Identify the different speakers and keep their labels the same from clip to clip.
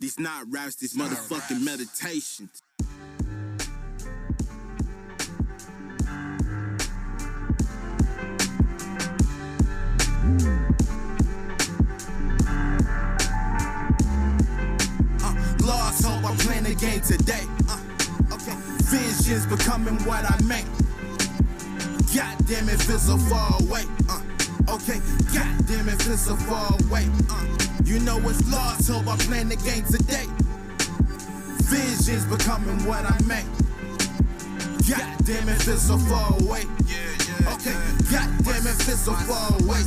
Speaker 1: These not raps, these motherfucking meditations. Uh, Lost hope, I'm playing the game today. Uh, okay. Visions becoming what I make. God damn it, feels so far away. Uh, okay, God damn it, feels so far away. Uh, you know it's lost hope, I'm playing the game today. Visions becoming what I make. God damn it, feels so far away. Okay, God damn it, feels so far away.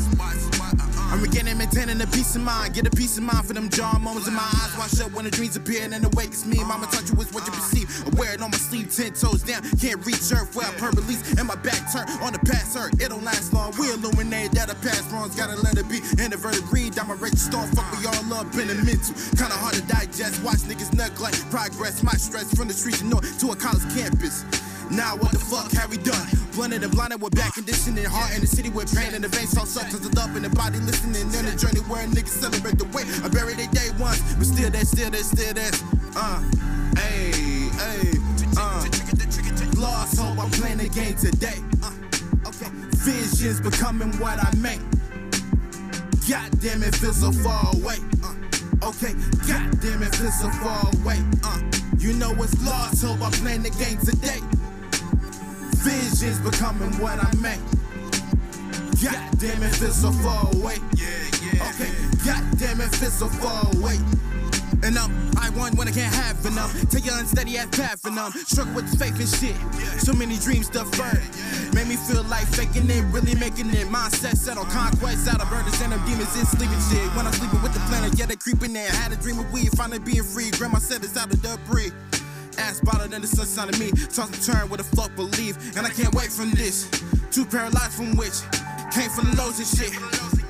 Speaker 1: I'm regaining, maintaining a peace of mind. Get a peace of mind for them jar moments in my eyes. Wash up when the dreams appear and then awakens me. Mama taught you is what you perceive. I wear it on my sleeve, ten toes down. Can't reach earth where I purpose and my back turned on the past hurt. It don't last long. We illuminate that the past wrongs. Gotta let it be. Inverted greed, I'm a rich storm. Fuck we all up in the mental. Kinda hard to digest. Watch niggas nut like progress. My stress from the streets and north to a college campus. Now what the fuck have we done? Blunted and blinded with bad conditioning, heart in the city with pain in the veins, all substance of love in the body listening. On the journey where niggas celebrate the way I buried their day once, but still that, still that, still that. Uh, hey, hey, uh. Lost hope, I'm playing the game today. Uh, okay. Visions becoming what I make. God damn it, feels so far away. Uh, okay, God damn it, feels so far away. Uh, you know it's lost hope. I'm playing the game today. Visions becoming what I make. God damn it, feels so far away. Yeah, yeah. Okay, God damn it, feels so far away. And um, I won when I can't have enough. Take your unsteady ass path and um, struggle with faith and shit. So many dreams deferred. Made me feel like faking it, really making it. Mindset set on conquest, out of burdens and them demons in sleeping shit. When I'm sleeping with the planet, yeah, they creeping there. Had a dream of weed, finally being free. Grandma said it's out of debris. Ass bottled in the sunshine of me. Toss and turn with the fuck believe. And I can't wait from this. Too paralyzed from which. Came from the lows and shit.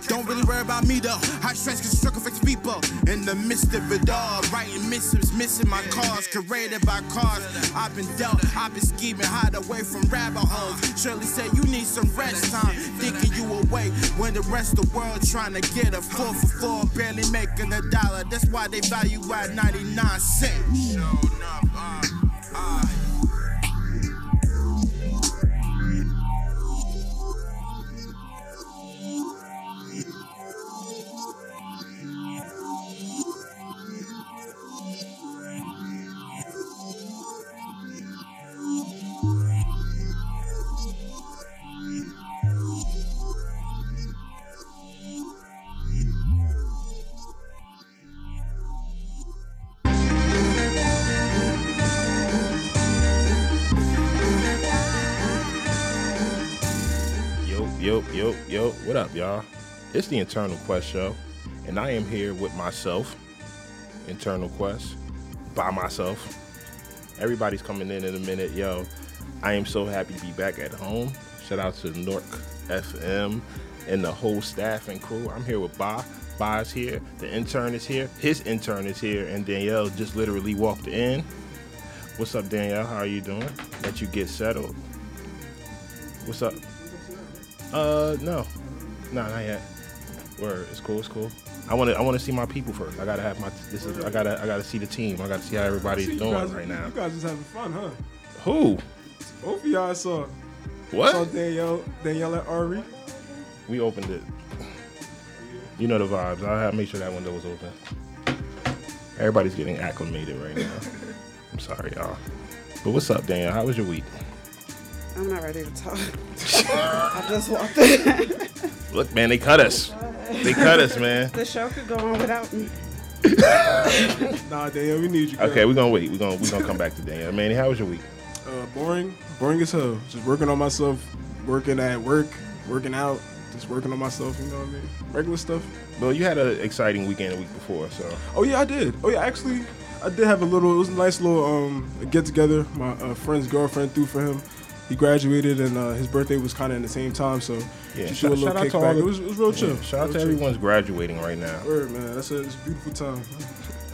Speaker 1: Don't really worry about me though. High stress can struggle fix people. In the midst of it all, writing missives, missing my cars, created by cars. I've been dealt, I've been scheming, hide away from rabbit holes. Shirley said you need some rest time. Thinking you away when the rest of the world trying to get a four for four, barely making a dollar. That's why they value at 99 cents.
Speaker 2: Yo, yo, yo, yo. What up, y'all? It's the Internal Quest Show, and I am here with myself, Internal Quest, by myself. Everybody's coming in in a minute, yo. I am so happy to be back at home. Shout out to Nork FM and the whole staff and crew. I'm here with Ba. Ba's here. The intern is here. His intern is here, and Danielle just literally walked in. What's up, Danielle? How are you doing? Let you get settled. What's up? Uh, no, no, not yet. Word, it's cool, it's cool. I want to, I want to see my people first. I gotta have my, this is, I gotta, I gotta see the team. I gotta see how everybody's
Speaker 3: See, you
Speaker 2: doing
Speaker 3: guys-
Speaker 2: right now.
Speaker 3: You guys just having fun, huh?
Speaker 2: Who?
Speaker 3: Both of y'all saw. Saw
Speaker 2: What?
Speaker 3: Danielle, Danielle and Ari.
Speaker 2: We opened it. You know the vibes. I'll have, make sure that window was open. Everybody's getting acclimated right now. I'm sorry, y'all. But what's up, Daniel? How was your week?
Speaker 4: I'm not ready to talk. I just walked in.
Speaker 2: Look, man, they cut us. They cut us, man.
Speaker 4: the show could go on without me.
Speaker 3: Nah, Danielle, we need you. Girl.
Speaker 2: Okay, we're gonna wait. We're gonna we're gonna come back to Daniel. Manny, how was your week?
Speaker 3: Uh, boring, boring as hell. Just working on myself, working at work, working out, just working on myself. You know what I mean? Regular stuff.
Speaker 2: Well, you had an exciting weekend the week before, so
Speaker 3: Oh yeah, I did. Oh yeah, actually, I did have a little. It was a nice little um get together. My uh, friend's girlfriend threw for him. He graduated, and uh, his birthday was kind of in the same time, so
Speaker 2: yeah.
Speaker 3: just do a little
Speaker 2: shout out to all
Speaker 3: kickback.
Speaker 2: the-
Speaker 3: It was, it was real chill.
Speaker 2: yeah, Shout out
Speaker 3: Real
Speaker 2: to
Speaker 3: chill.
Speaker 2: everyone's graduating right now.
Speaker 3: Word, man, that's a, it's a beautiful time.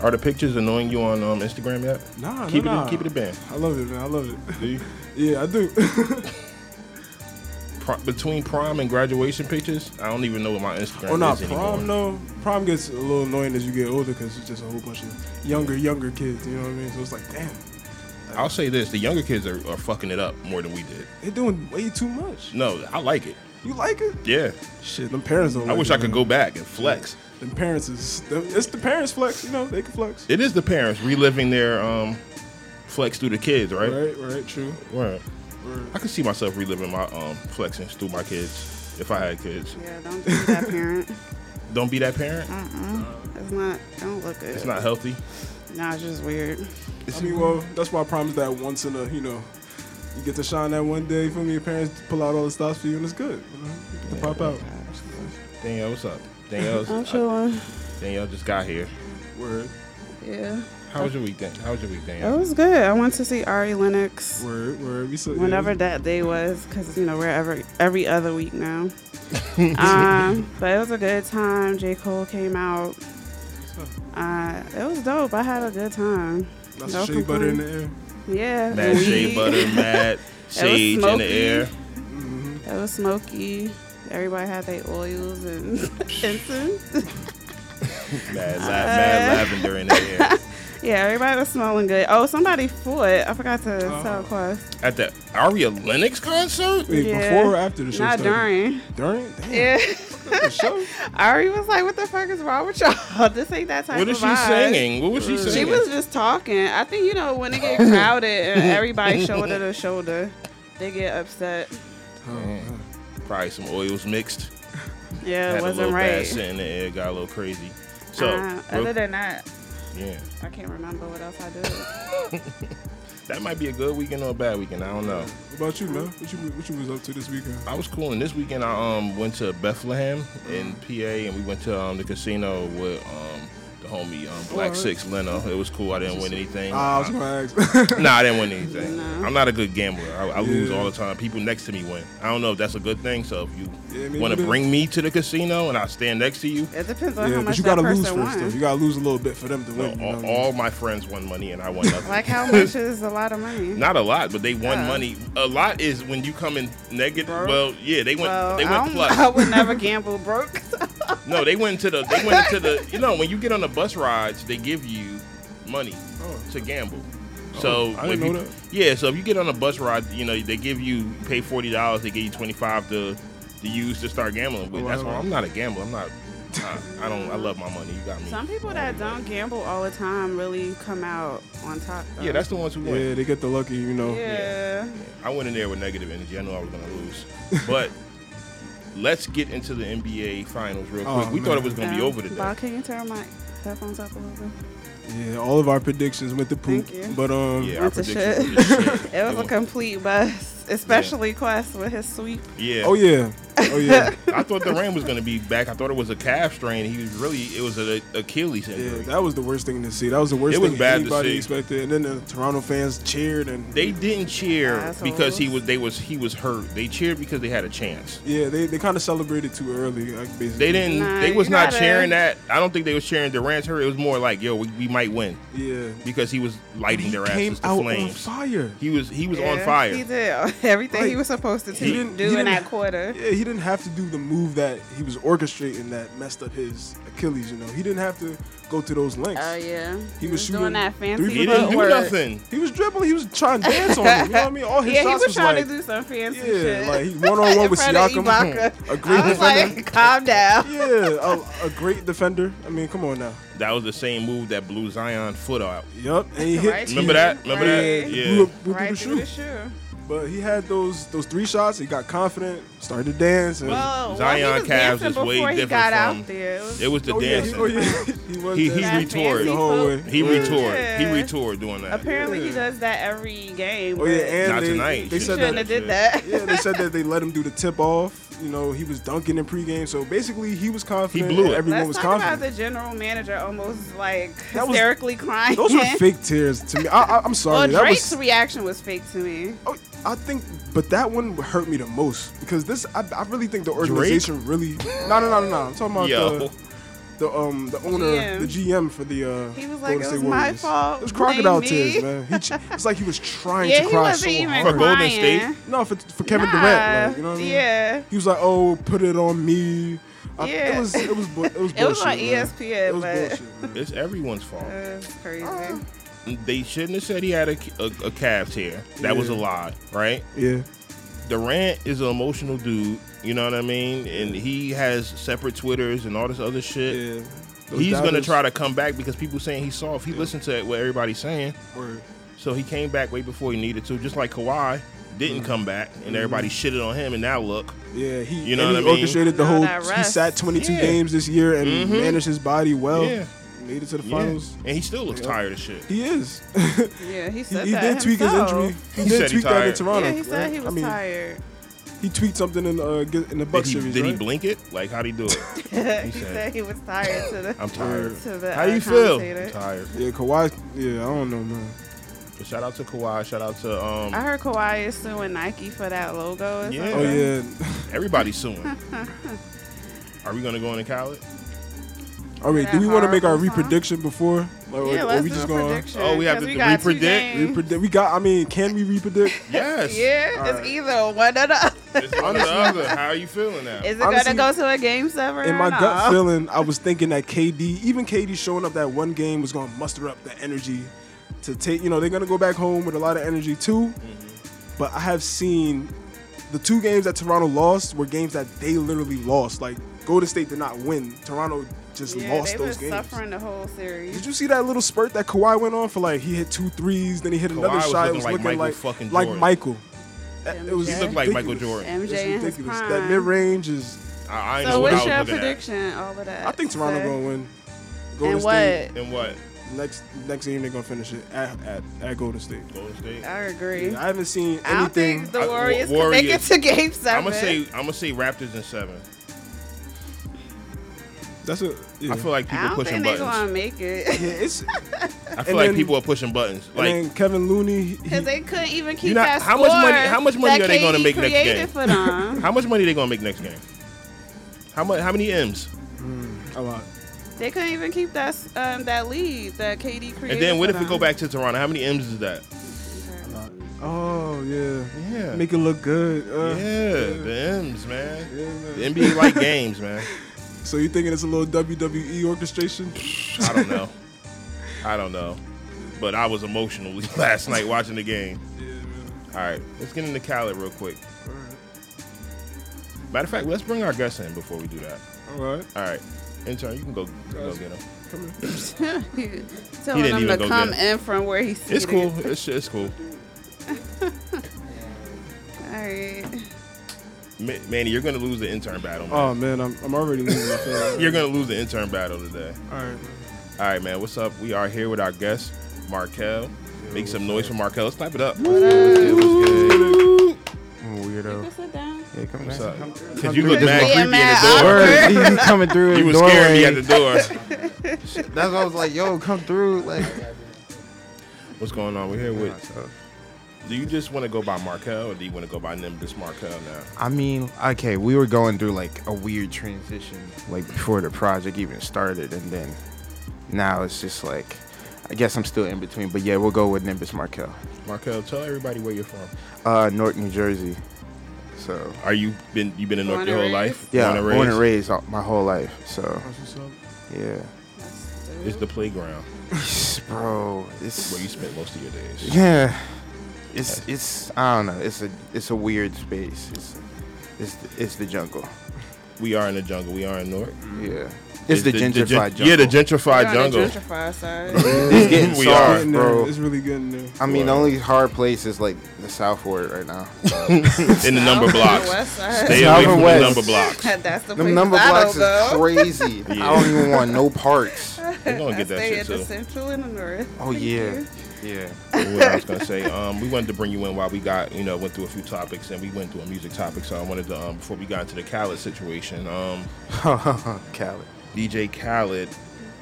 Speaker 2: Are the pictures annoying you on um, Instagram yet?
Speaker 3: Nah,
Speaker 2: keep
Speaker 3: nah,
Speaker 2: it
Speaker 3: nah.
Speaker 2: keep it a band.
Speaker 3: I love it, man. I love it.
Speaker 2: Do you?
Speaker 3: yeah, I do.
Speaker 2: pri- between prom and graduation pictures, I don't even know what my Instagram
Speaker 3: Oh, not
Speaker 2: is anymore.
Speaker 3: prom, no. Prom gets a little annoying as you get older because it's just a whole bunch of younger, younger kids. You know what I mean? So it's like, damn,
Speaker 2: I'll say this: the younger kids are, are fucking it up more than we did.
Speaker 3: they're doing way too much.
Speaker 2: No, I like it.
Speaker 3: You like it?
Speaker 2: Yeah,
Speaker 3: Shit, them parents don't.
Speaker 2: I
Speaker 3: like
Speaker 2: wish
Speaker 3: it,
Speaker 2: I could
Speaker 3: man.
Speaker 2: go back and flex.
Speaker 3: Them parents is, them- it's the parents flex. You know, they can flex.
Speaker 2: It is the parents reliving their um, flex through the kids, right?
Speaker 3: Right, right, true.
Speaker 2: Right.
Speaker 3: Word.
Speaker 2: I could see myself reliving my um, flexing through my kids if I had kids.
Speaker 4: Yeah, don't do that, parent.
Speaker 2: Don't be that parent.
Speaker 4: It's not. Don't look good.
Speaker 2: It's not healthy.
Speaker 4: Nah, it's just weird.
Speaker 3: I mean, well, that's why I promise that once in a, you know, you get to shine that one day for me. Your parents pull out all the stops for you, and it's good. You know, you get to pop out.
Speaker 2: Danielle, what's up? Danielle's,
Speaker 4: I'm
Speaker 2: uh,
Speaker 4: chilling.
Speaker 2: Danielle just got here.
Speaker 3: Word,
Speaker 4: Yeah.
Speaker 2: How was your week, Dan? How was your week,
Speaker 4: It
Speaker 2: Danielle?
Speaker 4: was good. I went to see Ari Lennox
Speaker 3: word, word. We so
Speaker 4: whenever that day was, because you know we're every every other week now. um, but it was a good time. J Cole came out. Uh, it was dope. I had a good time.
Speaker 3: That's
Speaker 4: No
Speaker 3: shea butter in
Speaker 4: complaint.
Speaker 3: the air.
Speaker 4: Yeah.
Speaker 2: Mad shea
Speaker 4: weed.
Speaker 2: butter, mad sage in
Speaker 4: Oh. smoky.
Speaker 2: the air.
Speaker 4: It was smoky. Everybody had their oils and incense. Uh,
Speaker 2: Mad, la- mad lavender in the air.
Speaker 4: Yeah, everybody was smelling good. Oh, somebody fought. I forgot to tell Quest.
Speaker 2: At the Aria Lennox concert?
Speaker 3: Wait,
Speaker 4: Yeah.
Speaker 3: before or after the show?
Speaker 4: Not
Speaker 3: started?
Speaker 4: during.
Speaker 3: During? Damn,
Speaker 4: Yeah.
Speaker 3: the show?
Speaker 4: Ari was like, "What the fuck is wrong with y'all? This ain't that type
Speaker 2: What
Speaker 4: of
Speaker 2: is she
Speaker 4: vibe."
Speaker 2: singing? What was she singing?
Speaker 4: She was just talking. I think you know when it get crowded and everybody shoulder to shoulder, they get upset.
Speaker 2: Probably some oils mixed.
Speaker 4: Yeah,
Speaker 2: Had a
Speaker 4: it
Speaker 2: little
Speaker 4: wasn't
Speaker 2: bad
Speaker 4: right.
Speaker 2: scent in the air, got a little crazy. So,
Speaker 4: uh,
Speaker 2: real-
Speaker 4: other than that,
Speaker 2: yeah,
Speaker 4: I can't remember what else I did.
Speaker 2: that might be a good weekend or a bad weekend. I don't know.
Speaker 3: What about you, man? What you what you was up to this weekend?
Speaker 2: I was cool, and this weekend I um went to Bethlehem in PA, and we went to um the casino with um the homie um Black
Speaker 3: Alright.
Speaker 2: Six Leno. It was cool. Uh, I didn't win anything.
Speaker 4: uh,
Speaker 3: Ah, I was gonna ask.
Speaker 2: nah, I didn't win anything.
Speaker 4: No.
Speaker 2: I'm not a good gambler. I, I lose
Speaker 3: Yeah.
Speaker 2: all the time. People next to me win. I don't know if that's a good thing. So if you
Speaker 3: Yeah, maybe
Speaker 2: want
Speaker 3: it
Speaker 2: to
Speaker 3: is.
Speaker 2: bring me to the casino and I stand next to you,
Speaker 4: It depends on
Speaker 3: yeah,
Speaker 4: how much
Speaker 3: but you
Speaker 4: that
Speaker 3: gotta lose
Speaker 4: person
Speaker 3: first, though. You
Speaker 4: won.
Speaker 3: gotta lose a little bit for them to
Speaker 2: no,
Speaker 3: win. you know
Speaker 2: all,
Speaker 3: what I mean?
Speaker 2: all my friends won money and I won nothing.
Speaker 4: Like how much is a lot of money?
Speaker 2: Not a lot, but they won
Speaker 4: Oh.
Speaker 2: money. A lot is when you come in negative.
Speaker 4: Bro.
Speaker 2: Well, yeah, they went.
Speaker 4: well,
Speaker 2: they
Speaker 4: I,
Speaker 2: went
Speaker 4: don't-
Speaker 2: plus.
Speaker 4: I would never gamble broke.
Speaker 2: No, they went to the. They went to the. You know, when you get on the bus rides, they give you money
Speaker 3: Oh.
Speaker 2: to gamble. So
Speaker 3: I didn't
Speaker 2: if
Speaker 3: know
Speaker 2: you,
Speaker 3: that.
Speaker 2: yeah, so if you get on a bus ride, you know they give you you pay forty dollars. They give you twenty five to to use to start gambling with.
Speaker 3: Wow.
Speaker 2: That's why I'm not a gambler. I'm not. I, I don't. I love my money. You got me.
Speaker 4: Some people that don't gamble all the time really come out on top. Though.
Speaker 2: Yeah, that's the ones who win.
Speaker 3: Yeah, they get the lucky, you know.
Speaker 4: yeah.
Speaker 2: I went in there with negative energy. I knew I was gonna lose, but. Let's get into the NBA finals real quick.
Speaker 3: Oh,
Speaker 2: we thought it
Speaker 3: man.
Speaker 2: was going to be
Speaker 4: Um,
Speaker 2: over today.
Speaker 4: Bob, can you turn my headphones up a little bit?
Speaker 3: Yeah, all of our predictions went to poop.
Speaker 4: Thank you.
Speaker 3: But um,
Speaker 2: Yeah, our
Speaker 4: Went to
Speaker 2: prediction.
Speaker 4: shit. It
Speaker 2: They
Speaker 4: was a
Speaker 2: won.
Speaker 4: complete bust, especially Quest with his sweep.
Speaker 2: Yeah.
Speaker 3: oh yeah, oh yeah,
Speaker 2: I thought the rain was gonna be back. I thought it was a calf strain. He was really it was an Achilles
Speaker 3: yeah.
Speaker 2: injury.
Speaker 3: That was the worst thing to see. That was the worst
Speaker 2: It was
Speaker 3: thing
Speaker 2: bad to
Speaker 3: anybody
Speaker 2: see.
Speaker 3: expected. And then the Toronto fans cheered and
Speaker 2: they didn't cheer
Speaker 4: Assholes.
Speaker 2: because he was they was he was hurt. They cheered because they had a chance.
Speaker 3: yeah, they, they kind of celebrated too early. Like, basically.
Speaker 2: They didn't.
Speaker 4: Nah,
Speaker 2: they
Speaker 4: you
Speaker 2: was not
Speaker 4: gotta-
Speaker 2: cheering that. I don't think they was cheering Durant's hurt. It was more like, yo, we, we might win
Speaker 3: Yeah,
Speaker 2: because he was lighting
Speaker 3: he
Speaker 2: their
Speaker 3: came
Speaker 2: asses to
Speaker 3: out on
Speaker 2: flames.
Speaker 3: fire.
Speaker 2: He was he was on
Speaker 4: Yeah,
Speaker 2: fire.
Speaker 4: He did everything he
Speaker 3: Like,
Speaker 4: was supposed to
Speaker 3: he didn't- he
Speaker 4: do in
Speaker 3: didn't-
Speaker 4: that quarter.
Speaker 3: Yeah, he didn't have to do the move that he was orchestrating that messed up his Achilles. You know, he didn't have to go to those lengths.
Speaker 4: Oh yeah,
Speaker 3: He was shooting
Speaker 4: doing that fancy
Speaker 3: three-
Speaker 2: He didn't do
Speaker 4: footwork.
Speaker 2: nothing.
Speaker 3: He was dribbling. He was trying to dance on him. You know what I mean? All his
Speaker 4: yeah, he
Speaker 3: shots
Speaker 4: was, trying
Speaker 3: like,
Speaker 4: to do some fancy
Speaker 3: yeah,
Speaker 4: shit.
Speaker 3: like he one on one
Speaker 4: in
Speaker 3: with
Speaker 4: front of
Speaker 3: Siakam.
Speaker 4: Ibaka.
Speaker 3: A great
Speaker 4: I was
Speaker 3: defender.
Speaker 4: like, calm down.
Speaker 3: yeah, a, a great defender. I mean, come on now.
Speaker 2: That was the same move that blew Zion foot out.
Speaker 3: Yup, and he hit.
Speaker 4: Right.
Speaker 2: Remember that? Remember that?
Speaker 4: Right.
Speaker 3: he
Speaker 2: Yeah.
Speaker 3: blew up- blew through the
Speaker 4: Right through the
Speaker 3: shoe.
Speaker 4: shoe.
Speaker 3: But he had those those three shots. He got confident, started to dance. And,
Speaker 4: Oh, Well,
Speaker 2: Zion
Speaker 4: well, he was
Speaker 2: Cavs
Speaker 4: dancing
Speaker 2: is way
Speaker 4: before he
Speaker 2: different
Speaker 4: got
Speaker 2: from-
Speaker 4: out there. It was
Speaker 2: It was the
Speaker 3: oh, yeah, he,
Speaker 2: dancing.
Speaker 3: oh yeah, he was.
Speaker 2: He- he
Speaker 3: dancing.
Speaker 4: that
Speaker 2: retoured.
Speaker 4: fancy
Speaker 2: The
Speaker 3: whole
Speaker 4: folk.
Speaker 3: way.
Speaker 2: He
Speaker 3: Yeah.
Speaker 2: retoured. He
Speaker 4: Yeah.
Speaker 2: retoured doing that.
Speaker 4: Apparently, he
Speaker 3: Yeah.
Speaker 4: does that every game.
Speaker 3: Oh yeah,
Speaker 4: but
Speaker 3: and
Speaker 2: Not
Speaker 3: they,
Speaker 2: tonight.
Speaker 3: they
Speaker 2: Shouldn't
Speaker 3: said
Speaker 4: shouldn't
Speaker 3: that.
Speaker 4: have did that.
Speaker 3: Yeah, they said that they let him do the tip off. You know, he was dunking in pregame, so basically he was confident.
Speaker 2: blew
Speaker 3: and
Speaker 2: it.
Speaker 3: Everyone
Speaker 4: Let's
Speaker 3: was
Speaker 4: talk
Speaker 3: confident.
Speaker 4: about the general manager almost like
Speaker 3: That was-
Speaker 4: hysterically crying.
Speaker 3: Those were fake tears to me. I, I, I'm sorry.
Speaker 4: well,
Speaker 3: that
Speaker 4: Drake's
Speaker 3: was.
Speaker 4: reaction was fake to me.
Speaker 3: Oh, I think, but that one hurt me the most because this. I, I really think the organization really. No, no, no, no, no. I'm talking about
Speaker 2: Yo.
Speaker 3: the, the um the owner,
Speaker 4: GM.
Speaker 3: the GM for the uh,
Speaker 4: He was like,
Speaker 3: Golden
Speaker 4: "It
Speaker 3: State
Speaker 4: was my
Speaker 3: Warriors.
Speaker 4: fault.
Speaker 3: It was
Speaker 4: Blame
Speaker 3: crocodile
Speaker 4: me."
Speaker 3: tears, man. He ch- it's like he was trying
Speaker 4: yeah,
Speaker 3: to
Speaker 4: he
Speaker 3: cry
Speaker 4: wasn't
Speaker 3: so
Speaker 4: even
Speaker 3: hard.
Speaker 2: For
Speaker 4: crying.
Speaker 2: Golden State?
Speaker 3: No, for, for Kevin Durant, like, you know what I mean?
Speaker 4: Yeah.
Speaker 3: He was like, "Oh, put it on me." I-
Speaker 4: Yeah.
Speaker 3: It was it was bu- it was bullshit.
Speaker 4: It was on E
Speaker 3: man.
Speaker 4: ESPN,
Speaker 3: It was
Speaker 4: but-
Speaker 3: bullshit, man.
Speaker 2: It's everyone's fault.
Speaker 4: Uh, That's crazy.
Speaker 3: Ah.
Speaker 2: They shouldn't have said he had a, a, a calf tear. That was a
Speaker 3: Yeah.
Speaker 2: lie, right?
Speaker 3: Yeah.
Speaker 2: Durant is an emotional dude. You know what I mean? And he has separate Twitters and all this other shit.
Speaker 3: Yeah. Those
Speaker 2: He's gonna
Speaker 3: doubters-
Speaker 2: try to come back because people saying he's soft. He listened to what everybody's saying,
Speaker 3: Word.
Speaker 2: so he came back way before he needed to. Just like Kawhi didn't come back, and everybody
Speaker 3: Mm-hmm.
Speaker 2: shitted on him. And now look,
Speaker 3: Yeah, he
Speaker 2: You know
Speaker 3: and
Speaker 2: what
Speaker 3: he
Speaker 2: I mean?
Speaker 3: orchestrated the
Speaker 4: No,
Speaker 3: whole.
Speaker 4: that
Speaker 3: He
Speaker 4: rest. Mm-hmm.
Speaker 3: sat 22
Speaker 2: Yeah.
Speaker 3: games this year and managed his body well.
Speaker 2: Yeah.
Speaker 3: Made it to the
Speaker 2: yeah.
Speaker 3: finals.
Speaker 2: and he still looks tired as shit.
Speaker 3: He is.
Speaker 4: Yeah, he
Speaker 3: he,
Speaker 4: said
Speaker 3: he
Speaker 4: that
Speaker 3: did tweak his
Speaker 4: himself.
Speaker 3: injury. He,
Speaker 2: He said
Speaker 3: did
Speaker 2: he
Speaker 3: tweak that in
Speaker 2: tired.
Speaker 3: Toronto.
Speaker 4: Yeah, he said
Speaker 3: right?
Speaker 4: he was
Speaker 3: I mean,
Speaker 4: tired.
Speaker 3: He tweaked something in uh get- in the
Speaker 2: Did,
Speaker 3: Bucks
Speaker 2: he,
Speaker 3: series.
Speaker 2: did he
Speaker 3: right?
Speaker 2: blink it? Like how would he do it?
Speaker 4: he said,
Speaker 2: said-
Speaker 4: he was tired to the
Speaker 2: I'm tired.
Speaker 4: to the
Speaker 2: How
Speaker 4: uh,
Speaker 2: do you feel?
Speaker 4: commentator.
Speaker 2: I'm tired.
Speaker 3: Yeah, Kawhi. Yeah, I don't know, man.
Speaker 2: But shout out to Kawhi. Shout out to
Speaker 4: I
Speaker 2: um
Speaker 4: heard Kawhi is suing Nike for that logo. Or
Speaker 2: Yeah.
Speaker 4: something.
Speaker 3: Oh yeah,
Speaker 2: everybody suing. Are we gonna go into Khaled?
Speaker 3: All right, do
Speaker 4: That
Speaker 3: we want to make our
Speaker 4: horrible, huh?
Speaker 3: re-prediction before? Like,
Speaker 4: Yeah,
Speaker 3: or, or
Speaker 4: let's
Speaker 3: we
Speaker 4: do
Speaker 3: just
Speaker 4: a
Speaker 3: going
Speaker 4: prediction.
Speaker 2: Oh, we have
Speaker 4: 'cause
Speaker 2: to-
Speaker 4: we got two
Speaker 2: repredict-
Speaker 4: games.
Speaker 3: repredict? We got. I mean, can we re-predict?
Speaker 2: Yes.
Speaker 4: Yeah,
Speaker 3: All
Speaker 4: it's
Speaker 3: right.
Speaker 4: either one or the other.
Speaker 2: It's one or the other. How are you feeling now?
Speaker 4: Is it
Speaker 3: Honestly,
Speaker 4: gonna go to a game seven?
Speaker 3: In my
Speaker 4: or
Speaker 3: gut
Speaker 4: no?
Speaker 3: feeling, I was thinking that KD, even KD showing up that one game, was gonna muster up the energy to take. You know, they're gonna go back home with a lot of energy too.
Speaker 4: Mm-hmm.
Speaker 3: But I have seen the two games that Toronto lost were games that they literally lost. Like Golden State did not win. Toronto just
Speaker 4: yeah,
Speaker 3: lost
Speaker 4: they
Speaker 3: those
Speaker 4: was
Speaker 3: games.
Speaker 4: suffering the whole
Speaker 3: Did
Speaker 4: series.
Speaker 3: you see that little spurt that Kawhi went on for? Like he hit two threes, then he hit another
Speaker 2: was
Speaker 3: shot.
Speaker 2: looking like Michael fucking
Speaker 3: like
Speaker 2: Jordan.
Speaker 3: Michael.
Speaker 4: MJ.
Speaker 3: It was
Speaker 4: He
Speaker 2: looked like Michael
Speaker 3: ridiculous.
Speaker 2: Jordan.
Speaker 4: MJ
Speaker 3: It's
Speaker 4: in his
Speaker 3: ridiculous. That
Speaker 4: prime.
Speaker 3: mid range is.
Speaker 2: I, I ain't
Speaker 4: So
Speaker 2: know what I
Speaker 4: what's
Speaker 2: was
Speaker 4: your
Speaker 2: looking
Speaker 4: prediction? All of that.
Speaker 3: I think Toronto
Speaker 4: So-
Speaker 3: gonna win.
Speaker 4: And what?
Speaker 2: at. And what?
Speaker 3: Next next game they're gonna finish it at at, at Golden State.
Speaker 2: Golden State.
Speaker 4: I agree.
Speaker 3: I haven't seen
Speaker 4: I don't think
Speaker 3: anything.
Speaker 4: the
Speaker 2: I-
Speaker 4: Warriors,
Speaker 2: Wa-
Speaker 4: can make it
Speaker 2: Warriors.
Speaker 4: to game seven.
Speaker 2: I'm gonna say I'm gonna say Raptors in seven.
Speaker 3: That's a. Yeah.
Speaker 2: I feel like
Speaker 4: I
Speaker 2: people
Speaker 4: don't
Speaker 2: pushing
Speaker 4: think they're
Speaker 2: buttons.
Speaker 4: gonna make it
Speaker 3: Yeah, it's
Speaker 2: I feel
Speaker 3: and
Speaker 2: like
Speaker 3: then-
Speaker 2: people are pushing buttons.
Speaker 3: and
Speaker 2: Like
Speaker 3: then Kevin Looney. he-
Speaker 4: because they couldn't even keep
Speaker 2: You know,
Speaker 4: that
Speaker 2: how much
Speaker 4: score
Speaker 2: money- how much money
Speaker 4: that
Speaker 2: are they gonna
Speaker 4: KD
Speaker 2: make next
Speaker 4: created
Speaker 2: game?
Speaker 4: For them.
Speaker 2: how much money they gonna make next game? How much? How many M's?
Speaker 3: a lot.
Speaker 4: they couldn't even keep that s- um, that lead that KD created.
Speaker 2: And then what
Speaker 4: for
Speaker 2: if we go
Speaker 4: them.
Speaker 2: back to Toronto? How many M's is that?
Speaker 3: Oh yeah.
Speaker 2: Yeah.
Speaker 3: Make it look good.
Speaker 2: Yeah,
Speaker 3: Uh,
Speaker 2: the M's, man.
Speaker 3: yeah, man.
Speaker 2: The NBA like games, man.
Speaker 3: So you thinking it's a little WWE orchestration?
Speaker 2: I don't know. I don't know. But I was emotional last night watching the game.
Speaker 3: Yeah, man.
Speaker 2: All right, let's get into Khaled real quick.
Speaker 3: All right.
Speaker 2: Matter of fact, let's bring our guests in before we do that.
Speaker 3: All right.
Speaker 2: All right, intern, you can go, go get him.
Speaker 4: telling
Speaker 2: didn't
Speaker 4: him
Speaker 2: even
Speaker 4: to
Speaker 2: go
Speaker 4: come
Speaker 2: get
Speaker 4: in from where he's
Speaker 2: It's cool. It's, it's cool.
Speaker 4: All right.
Speaker 2: Ma- Manny, you're gonna lose the intern battle. Man.
Speaker 3: Oh man, I'm, I'm already losing my feelings.
Speaker 2: You're gonna lose the intern battle today.
Speaker 3: All right.
Speaker 2: All right, man. What's up? We are here with our guest, Markel. Make some noise for Markel. Let's clap it up.
Speaker 5: I'm a
Speaker 4: Go
Speaker 5: weirdo.
Speaker 4: sit down.
Speaker 5: Yeah, come
Speaker 2: What's
Speaker 5: on.
Speaker 2: up? Cause you look
Speaker 5: Just
Speaker 2: mad
Speaker 5: walk-
Speaker 4: Yeah,
Speaker 2: creepy
Speaker 4: mad
Speaker 2: at the door.
Speaker 5: Word, he was coming through his
Speaker 2: You was
Speaker 5: doorway.
Speaker 2: scaring me at the door.
Speaker 5: That's why I was like, "Yo, come through!" Like,
Speaker 2: What's going on? We're here with.
Speaker 5: So,
Speaker 2: Do you just want to go by Markel, or do you want to go by Nimbus Markel now?
Speaker 5: I mean, okay, we were going through like a weird transition, like before the project even started, and then now it's just like, I guess I'm still in between. But yeah, we'll go with Nimbus Markel,
Speaker 2: Markel, tell everybody where you're from.
Speaker 5: uh, Newark, New Jersey. So
Speaker 2: Are you been you been in North
Speaker 4: Born
Speaker 2: your
Speaker 4: and
Speaker 2: whole
Speaker 4: raised?
Speaker 2: life?
Speaker 5: yeah,
Speaker 2: Born and
Speaker 5: born
Speaker 2: raised?
Speaker 5: and raised all- my whole life. So
Speaker 3: That's what's up.
Speaker 5: yeah,
Speaker 2: It's the playground
Speaker 5: bro, it's
Speaker 2: where you spent most of your days.
Speaker 5: Yeah, it's it's I don't know. It's a it's a weird space. It's it's the, it's the jungle.
Speaker 2: We are in the jungle. We are in North.
Speaker 5: Yeah, Mm-hmm. it's the,
Speaker 2: gen-
Speaker 5: gentrified jungle.
Speaker 2: Yeah, the gentrified
Speaker 4: You're on the
Speaker 2: jungle.
Speaker 4: gentrified side.
Speaker 5: It's getting
Speaker 2: We
Speaker 5: soft,
Speaker 2: are.
Speaker 3: Getting there.
Speaker 5: bro.
Speaker 3: It's really getting there.
Speaker 5: I mean, the only hard place is like the South Ward right now.
Speaker 2: in the number
Speaker 4: Out on the
Speaker 2: blocks.
Speaker 4: west side.
Speaker 2: Stay
Speaker 5: South
Speaker 2: away
Speaker 5: and
Speaker 2: from the
Speaker 5: west.
Speaker 2: number blocks.
Speaker 4: That's the
Speaker 5: The
Speaker 4: place
Speaker 5: number
Speaker 4: I
Speaker 5: blocks
Speaker 4: don't go.
Speaker 5: is crazy.
Speaker 2: Yeah.
Speaker 5: I don't even want no parts.
Speaker 2: We're gonna
Speaker 4: I
Speaker 2: get that
Speaker 4: stay
Speaker 2: shit
Speaker 4: at the
Speaker 2: too.
Speaker 4: central and the north.
Speaker 5: Oh
Speaker 4: Thank
Speaker 5: yeah,
Speaker 4: you.
Speaker 5: yeah.
Speaker 2: what I was gonna say. Um, we wanted to bring you in while we got you know went through a few topics and we went through a music topic. So I wanted to um, before we got into the Khaled situation. Um,
Speaker 5: Khaled.
Speaker 2: DJ Khaled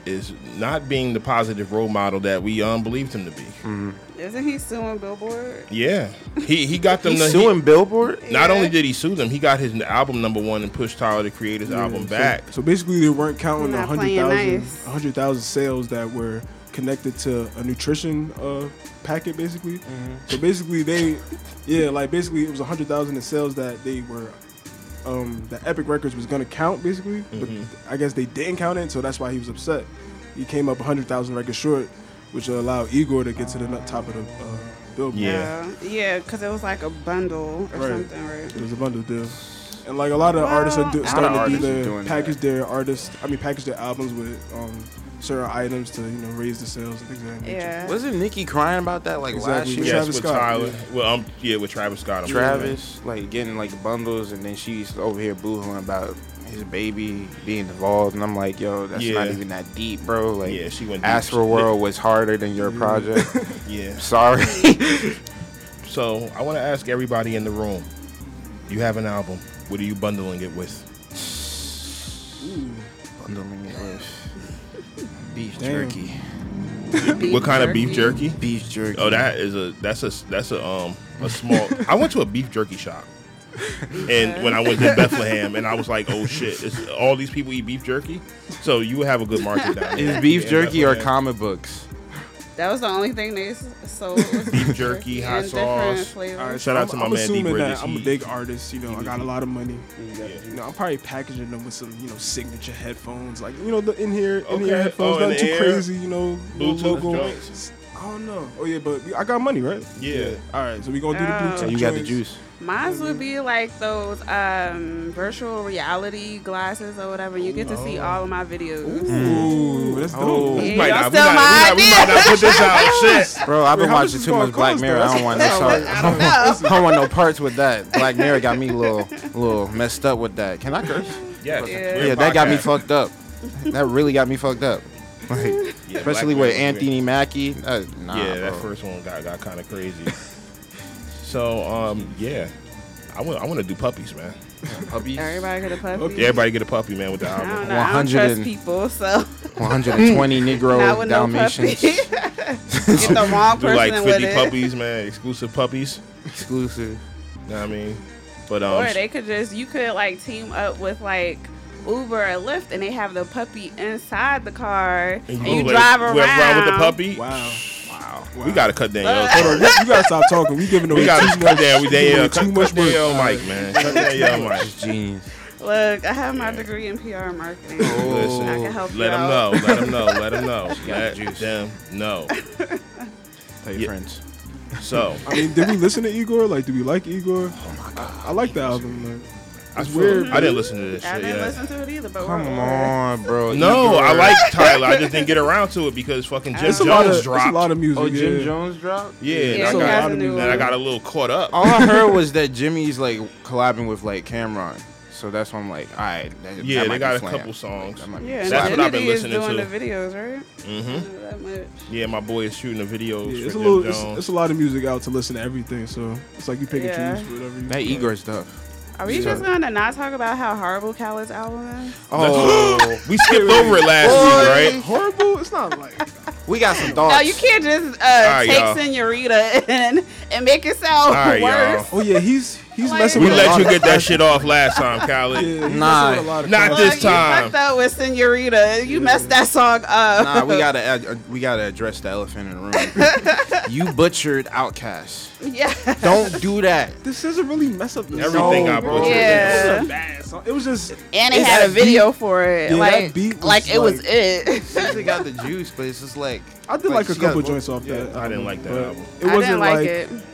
Speaker 2: is not being the positive role model that we um, believed him to be.
Speaker 4: Isn't he suing Billboard?
Speaker 2: Yeah, he he got them.
Speaker 5: He's
Speaker 2: to- he-
Speaker 5: suing Billboard.
Speaker 2: not
Speaker 4: Yeah.
Speaker 2: only did he sue them, he got his album number one and pushed Tyler the Creator's album
Speaker 3: So-
Speaker 2: back.
Speaker 3: So, basically, they weren't counting the
Speaker 4: Not
Speaker 3: hundred
Speaker 4: playing
Speaker 3: thousand
Speaker 4: nice.
Speaker 3: hundred thousand sales that were connected to a nutrition uh, packet, basically.
Speaker 2: Mm-hmm.
Speaker 3: So basically, they, yeah, like basically, it was hundred thousand in sales that they were, um, that Epic Records was gonna count, basically.
Speaker 2: Mm-hmm.
Speaker 3: But I guess they didn't count it, so that's why he was upset. He came up hundred thousand records short, which allowed Igor to get to the nut- top of the uh, billboard.
Speaker 2: Yeah.
Speaker 4: yeah, because it was like a bundle or
Speaker 3: Right.
Speaker 4: something, right?
Speaker 3: It was a bundle deal. And like a lot of
Speaker 4: Well,
Speaker 3: artists are
Speaker 4: I
Speaker 3: do,
Speaker 4: don't
Speaker 3: starting to do
Speaker 5: think-
Speaker 3: their
Speaker 5: Doing
Speaker 3: package their artists. I mean, package their albums with um, certain items to you know raise the sales and things of that nature.
Speaker 4: Yeah.
Speaker 5: Wasn't Nicki crying about that like
Speaker 3: Exactly.
Speaker 5: last year?
Speaker 2: Yes,
Speaker 3: Travis
Speaker 2: with
Speaker 3: Scott,
Speaker 2: Tyler. Well, um, yeah, with Travis Scott. I'm
Speaker 5: Travis like getting like bundles, and then she's over here boohooing about his baby being involved, and I'm like, yo, that's not
Speaker 2: Yeah.
Speaker 5: even that deep, bro. Like,
Speaker 2: Yeah, she went deep. Mm-hmm.
Speaker 5: Astro World was harder than your project.
Speaker 2: sorry. Yeah.
Speaker 5: Sorry.
Speaker 2: So I want to ask everybody in the room: You have an album. What are you bundling it with?
Speaker 5: Bundling it with beef
Speaker 3: Damn.
Speaker 5: jerky.
Speaker 2: what kind of beef jerky?
Speaker 5: Beef jerky.
Speaker 2: Oh, that is a that's a that's a um a small. I went to a beef jerky shop, and when I went to Bethlehem, and I was like, oh shit, it's, all these people eat beef jerky. So you would have a good market down there.
Speaker 5: is beef
Speaker 2: Yeah,
Speaker 5: jerky or
Speaker 2: Bethlehem.
Speaker 5: comic books?
Speaker 4: That was the only thing they s- sold. was
Speaker 2: Beef jerky, hot
Speaker 4: and different
Speaker 2: sauce.
Speaker 4: flavors.
Speaker 3: All right,
Speaker 2: Shout
Speaker 3: so
Speaker 2: out
Speaker 3: I'm,
Speaker 2: to my
Speaker 3: I'm
Speaker 2: man, D.
Speaker 3: assuming
Speaker 2: Bridges.
Speaker 3: that I'm a
Speaker 2: He-
Speaker 3: big artist. You know, I got a lot of money.
Speaker 2: Yeah.
Speaker 3: You know, I'm probably packaging them with some you know signature headphones, like you know the in here in
Speaker 2: Okay.
Speaker 3: ear headphones,
Speaker 2: Oh, in
Speaker 3: nothing too
Speaker 2: the ear.
Speaker 3: crazy. You know, no
Speaker 2: Bluetooth
Speaker 3: logo.
Speaker 2: joints.
Speaker 3: I don't know. Oh yeah, but we- I got money, right?
Speaker 2: Yeah.
Speaker 3: All right, so we gonna do the
Speaker 4: Oh.
Speaker 3: Bluetooth.
Speaker 5: So you got the
Speaker 3: joints.
Speaker 5: juice.
Speaker 4: Mine would be like those um, virtual reality glasses or whatever. You get to see
Speaker 2: Oh.
Speaker 4: all of my videos.
Speaker 3: Ooh, that's dope.
Speaker 5: Oh.
Speaker 4: Yeah,
Speaker 2: We might
Speaker 4: y'all
Speaker 2: not, we,
Speaker 4: steal
Speaker 2: might,
Speaker 4: my
Speaker 2: we, might, we might not put this out. Shit.
Speaker 5: Bro, I've been
Speaker 3: Wait, how much
Speaker 5: watching
Speaker 3: is
Speaker 5: too
Speaker 3: gonna
Speaker 5: much Black
Speaker 3: cost,
Speaker 5: Mirror.
Speaker 3: though?
Speaker 5: I don't want no sorry.
Speaker 4: I don't know.
Speaker 5: I don't want no parts with that. Black Mirror got me a little, little messed up with that. Can I curse?
Speaker 2: Yes.
Speaker 4: Yeah.
Speaker 2: We're
Speaker 5: Yeah,
Speaker 2: a
Speaker 5: that got me
Speaker 2: podcast.
Speaker 5: fucked up. That really got me fucked up. Like,
Speaker 2: Yeah,
Speaker 5: especially
Speaker 2: Black
Speaker 5: with
Speaker 2: Mirror.
Speaker 5: Anthony Mackie. Uh, nah,
Speaker 2: yeah, that
Speaker 5: bro.
Speaker 2: first one got, got kind of crazy. so, um, yeah, I want I want to do puppies, man.
Speaker 5: Puppies.
Speaker 4: Everybody get a puppy.
Speaker 3: Okay.
Speaker 2: Yeah, everybody get a puppy, man, with the
Speaker 4: I
Speaker 2: album.
Speaker 4: don't know. I don't
Speaker 5: 100
Speaker 4: trust
Speaker 5: and-
Speaker 4: people, so
Speaker 5: 120
Speaker 4: not
Speaker 5: Negro
Speaker 4: with no puppy.
Speaker 5: Dalmatians.
Speaker 4: get the wrong
Speaker 2: Do
Speaker 4: person
Speaker 2: like
Speaker 4: with
Speaker 2: 50
Speaker 4: it.
Speaker 2: puppies, man, exclusive puppies.
Speaker 5: Exclusive.
Speaker 2: You know what I mean? But um,
Speaker 4: Or they could just you could like team up with like Uber or Lyft, and they have the puppy inside the car, and you
Speaker 2: like,
Speaker 4: drive
Speaker 2: we're
Speaker 4: around. Uh,
Speaker 2: with the puppy.
Speaker 3: Wow.
Speaker 2: Wow. We gotta cut down. yo.
Speaker 3: Hold on, you, you gotta stop talking. We giving away
Speaker 2: We gotta
Speaker 3: too much.
Speaker 2: cut down. We
Speaker 3: giving
Speaker 2: down.
Speaker 3: away too much work.
Speaker 2: Yo, Mike, man. Cut down, yo, Mike.
Speaker 5: Genius.
Speaker 4: Look, I have my degree in PR and marketing.
Speaker 5: Oh,
Speaker 2: Listen,
Speaker 4: I can help
Speaker 2: let
Speaker 4: you
Speaker 2: them know.
Speaker 4: out.
Speaker 2: Let them know. Let them know.
Speaker 5: got
Speaker 2: Let
Speaker 5: juice.
Speaker 2: them know.
Speaker 5: Tell your
Speaker 2: Yeah.
Speaker 5: friends.
Speaker 2: So
Speaker 3: I mean, did we listen to Igor? Like, did we like Igor? Oh my god, I, I like the album. Like,
Speaker 2: I
Speaker 3: It's
Speaker 2: swear
Speaker 3: weird.
Speaker 2: I didn't listen to this
Speaker 4: I
Speaker 2: shit.
Speaker 4: didn't
Speaker 2: Yeah.
Speaker 4: listen to it either, but
Speaker 5: Come
Speaker 4: we're
Speaker 5: on, bro.
Speaker 2: No,
Speaker 5: Igor.
Speaker 2: I like Tyler. I just didn't get around to it because fucking Jim
Speaker 3: it's
Speaker 2: Jones
Speaker 3: a lot of it's
Speaker 2: dropped.
Speaker 3: a lot of music.
Speaker 5: Oh, Jim
Speaker 3: yeah.
Speaker 5: Jones dropped?
Speaker 2: yeah,
Speaker 4: Yeah,
Speaker 2: and I
Speaker 3: It's a
Speaker 4: he
Speaker 2: got-
Speaker 4: has
Speaker 3: lot
Speaker 4: a
Speaker 3: of
Speaker 4: new
Speaker 3: music.
Speaker 2: and I
Speaker 4: one.
Speaker 2: got a little caught up.
Speaker 3: Oh.
Speaker 5: All I heard was that Jimmy's like collabing with like Cameron. So that's why I'm like, all right. That,
Speaker 2: Yeah,
Speaker 5: that
Speaker 2: they
Speaker 5: might be
Speaker 2: got a
Speaker 5: slam.
Speaker 2: couple songs.
Speaker 5: That might be
Speaker 4: Yeah,
Speaker 5: slam.
Speaker 4: and
Speaker 2: That's what I've been
Speaker 4: Infinity is
Speaker 2: listening
Speaker 4: doing
Speaker 2: to.
Speaker 4: the videos, right?
Speaker 2: hmm
Speaker 4: Not that much.
Speaker 2: Yeah, my boy is shooting the videos.
Speaker 3: Yeah,
Speaker 2: for
Speaker 3: it's a
Speaker 2: Jim
Speaker 3: little, it's,
Speaker 2: Jones.
Speaker 3: it's a lot of music out to listen to everything. So it's like you pick
Speaker 4: Yeah.
Speaker 3: and choose whatever. You
Speaker 5: That Igor stuff.
Speaker 4: Are we
Speaker 5: So-
Speaker 4: just gonna not talk about how horrible Khaled's album is?
Speaker 5: Oh,
Speaker 2: we skipped over it last
Speaker 5: Boy.
Speaker 2: week, right?
Speaker 3: horrible. It's not like
Speaker 5: we got some dogs.
Speaker 4: No, you can't just uh,
Speaker 2: Oh. right,
Speaker 4: take
Speaker 2: y'all.
Speaker 4: Senorita and and make it sound
Speaker 2: All right, y'all.
Speaker 4: worse.
Speaker 3: oh yeah, he's he's
Speaker 4: Like-
Speaker 3: messing
Speaker 2: We
Speaker 3: with a
Speaker 2: let
Speaker 3: lot
Speaker 2: you
Speaker 3: of-
Speaker 2: get that shit off last time,
Speaker 3: Yeah, he's
Speaker 2: Khaled.
Speaker 3: messing
Speaker 5: Nah.
Speaker 3: with a lot of
Speaker 2: Not
Speaker 3: content.
Speaker 4: Look,
Speaker 2: this time.
Speaker 4: You fucked up with Senorita. You messed that song up.
Speaker 5: Nah, we gotta ad- uh, we gotta address the elephant in the room. you butchered Outcast.
Speaker 4: Yeah.
Speaker 5: Don't do that.
Speaker 3: This doesn't really mess up the
Speaker 2: Everything
Speaker 3: song,
Speaker 2: I
Speaker 3: bro.
Speaker 2: butchered.
Speaker 3: It
Speaker 4: Yeah.
Speaker 3: was a bad song. It was just
Speaker 4: And it
Speaker 5: It's
Speaker 4: had a
Speaker 5: that
Speaker 4: video for it.
Speaker 3: Yeah, that
Speaker 4: like,
Speaker 3: beat was
Speaker 4: like it was
Speaker 3: like-
Speaker 4: it.
Speaker 5: She got the juice, but it's just like
Speaker 3: I did like a
Speaker 5: she got-
Speaker 3: couple joints off that.
Speaker 2: I didn't
Speaker 3: album,
Speaker 2: like that
Speaker 3: but
Speaker 2: album.
Speaker 3: It wasn't
Speaker 4: I didn't like, it.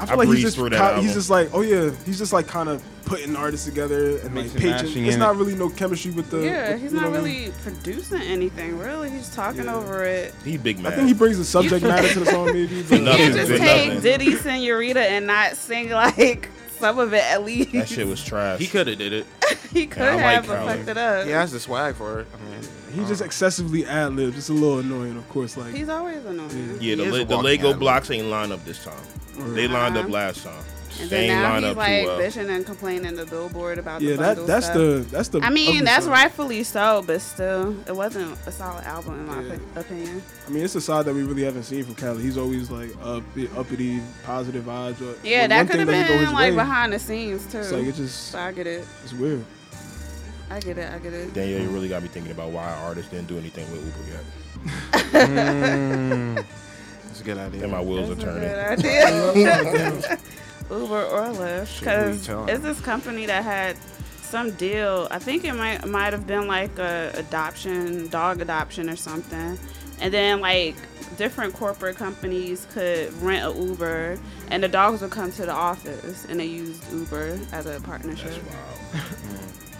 Speaker 3: I
Speaker 2: I
Speaker 3: feel like he's
Speaker 2: breezed
Speaker 3: just
Speaker 2: through
Speaker 3: co-
Speaker 2: that album.
Speaker 3: he's just like oh yeah he's just like kind of putting artists together and like
Speaker 5: Mixing,
Speaker 3: pitching.
Speaker 5: mashing
Speaker 3: It's
Speaker 5: in
Speaker 3: not
Speaker 5: it.
Speaker 3: really no chemistry with the
Speaker 4: yeah,
Speaker 3: with-
Speaker 4: he's
Speaker 3: you
Speaker 4: not
Speaker 3: know what I mean?
Speaker 4: really producing anything, really. He's talking
Speaker 3: Yeah.
Speaker 4: over it.
Speaker 2: He big
Speaker 3: I
Speaker 2: man.
Speaker 3: think he brings the subject matter to the song maybe. But
Speaker 4: You
Speaker 2: Nothing
Speaker 4: can't just
Speaker 2: good,
Speaker 4: take
Speaker 2: nothing.
Speaker 4: Diddy Senorita and not sing like some of it at least.
Speaker 2: that shit was trash.
Speaker 5: He could have did it.
Speaker 4: he could
Speaker 2: I like
Speaker 4: have, but
Speaker 2: Khaled.
Speaker 4: fucked it up.
Speaker 5: He has the swag for it. I mean,
Speaker 3: he just excessively ad libs. It's a little annoying, of course. Like
Speaker 4: He's always annoying.
Speaker 2: yeah, the,
Speaker 5: He is
Speaker 2: Le-
Speaker 5: a
Speaker 2: the
Speaker 5: walking
Speaker 2: Lego
Speaker 5: animal.
Speaker 2: blocks ain't lined up this time. They lined up
Speaker 4: Uh-huh.
Speaker 2: last time.
Speaker 4: And
Speaker 2: They
Speaker 4: then
Speaker 2: ain't
Speaker 4: now
Speaker 2: line
Speaker 4: he's
Speaker 2: up too
Speaker 4: like
Speaker 2: well.
Speaker 4: bitching and complaining to Billboard about
Speaker 3: Yeah,
Speaker 4: the
Speaker 3: that
Speaker 4: bundle
Speaker 3: that's
Speaker 4: stuff.
Speaker 3: the that's the.
Speaker 4: I mean,
Speaker 3: ugly
Speaker 4: that's
Speaker 3: side.
Speaker 4: rightfully so, but still, it wasn't a solid album in my
Speaker 3: Yeah.
Speaker 4: opi- opinion.
Speaker 3: I mean, it's a side that we really haven't seen from Cali. He's always like up, uppity, positive vibes. Or, one-
Speaker 4: Yeah,
Speaker 3: one thing
Speaker 4: that could have
Speaker 3: doesn't go
Speaker 4: been
Speaker 3: his
Speaker 4: like
Speaker 3: way,
Speaker 4: behind the scenes too.
Speaker 3: It's like it just
Speaker 4: so I get it.
Speaker 3: it's weird.
Speaker 4: I get it. I get it.
Speaker 2: Daniel, you really got me thinking about why artists didn't do anything with Uber yet.
Speaker 5: That's a good idea.
Speaker 2: And my wheels are
Speaker 4: That's a
Speaker 2: turning.
Speaker 4: good idea. Uber or Lyft,
Speaker 5: Shit, what are you
Speaker 4: because
Speaker 5: telling
Speaker 4: it's
Speaker 5: me?
Speaker 4: this company that had some deal. I think it might might have been like a adoption, dog adoption or something, and then like different corporate companies could rent a Uber, and the dogs would come to the office, and they used Uber as a partnership.
Speaker 2: That's wild.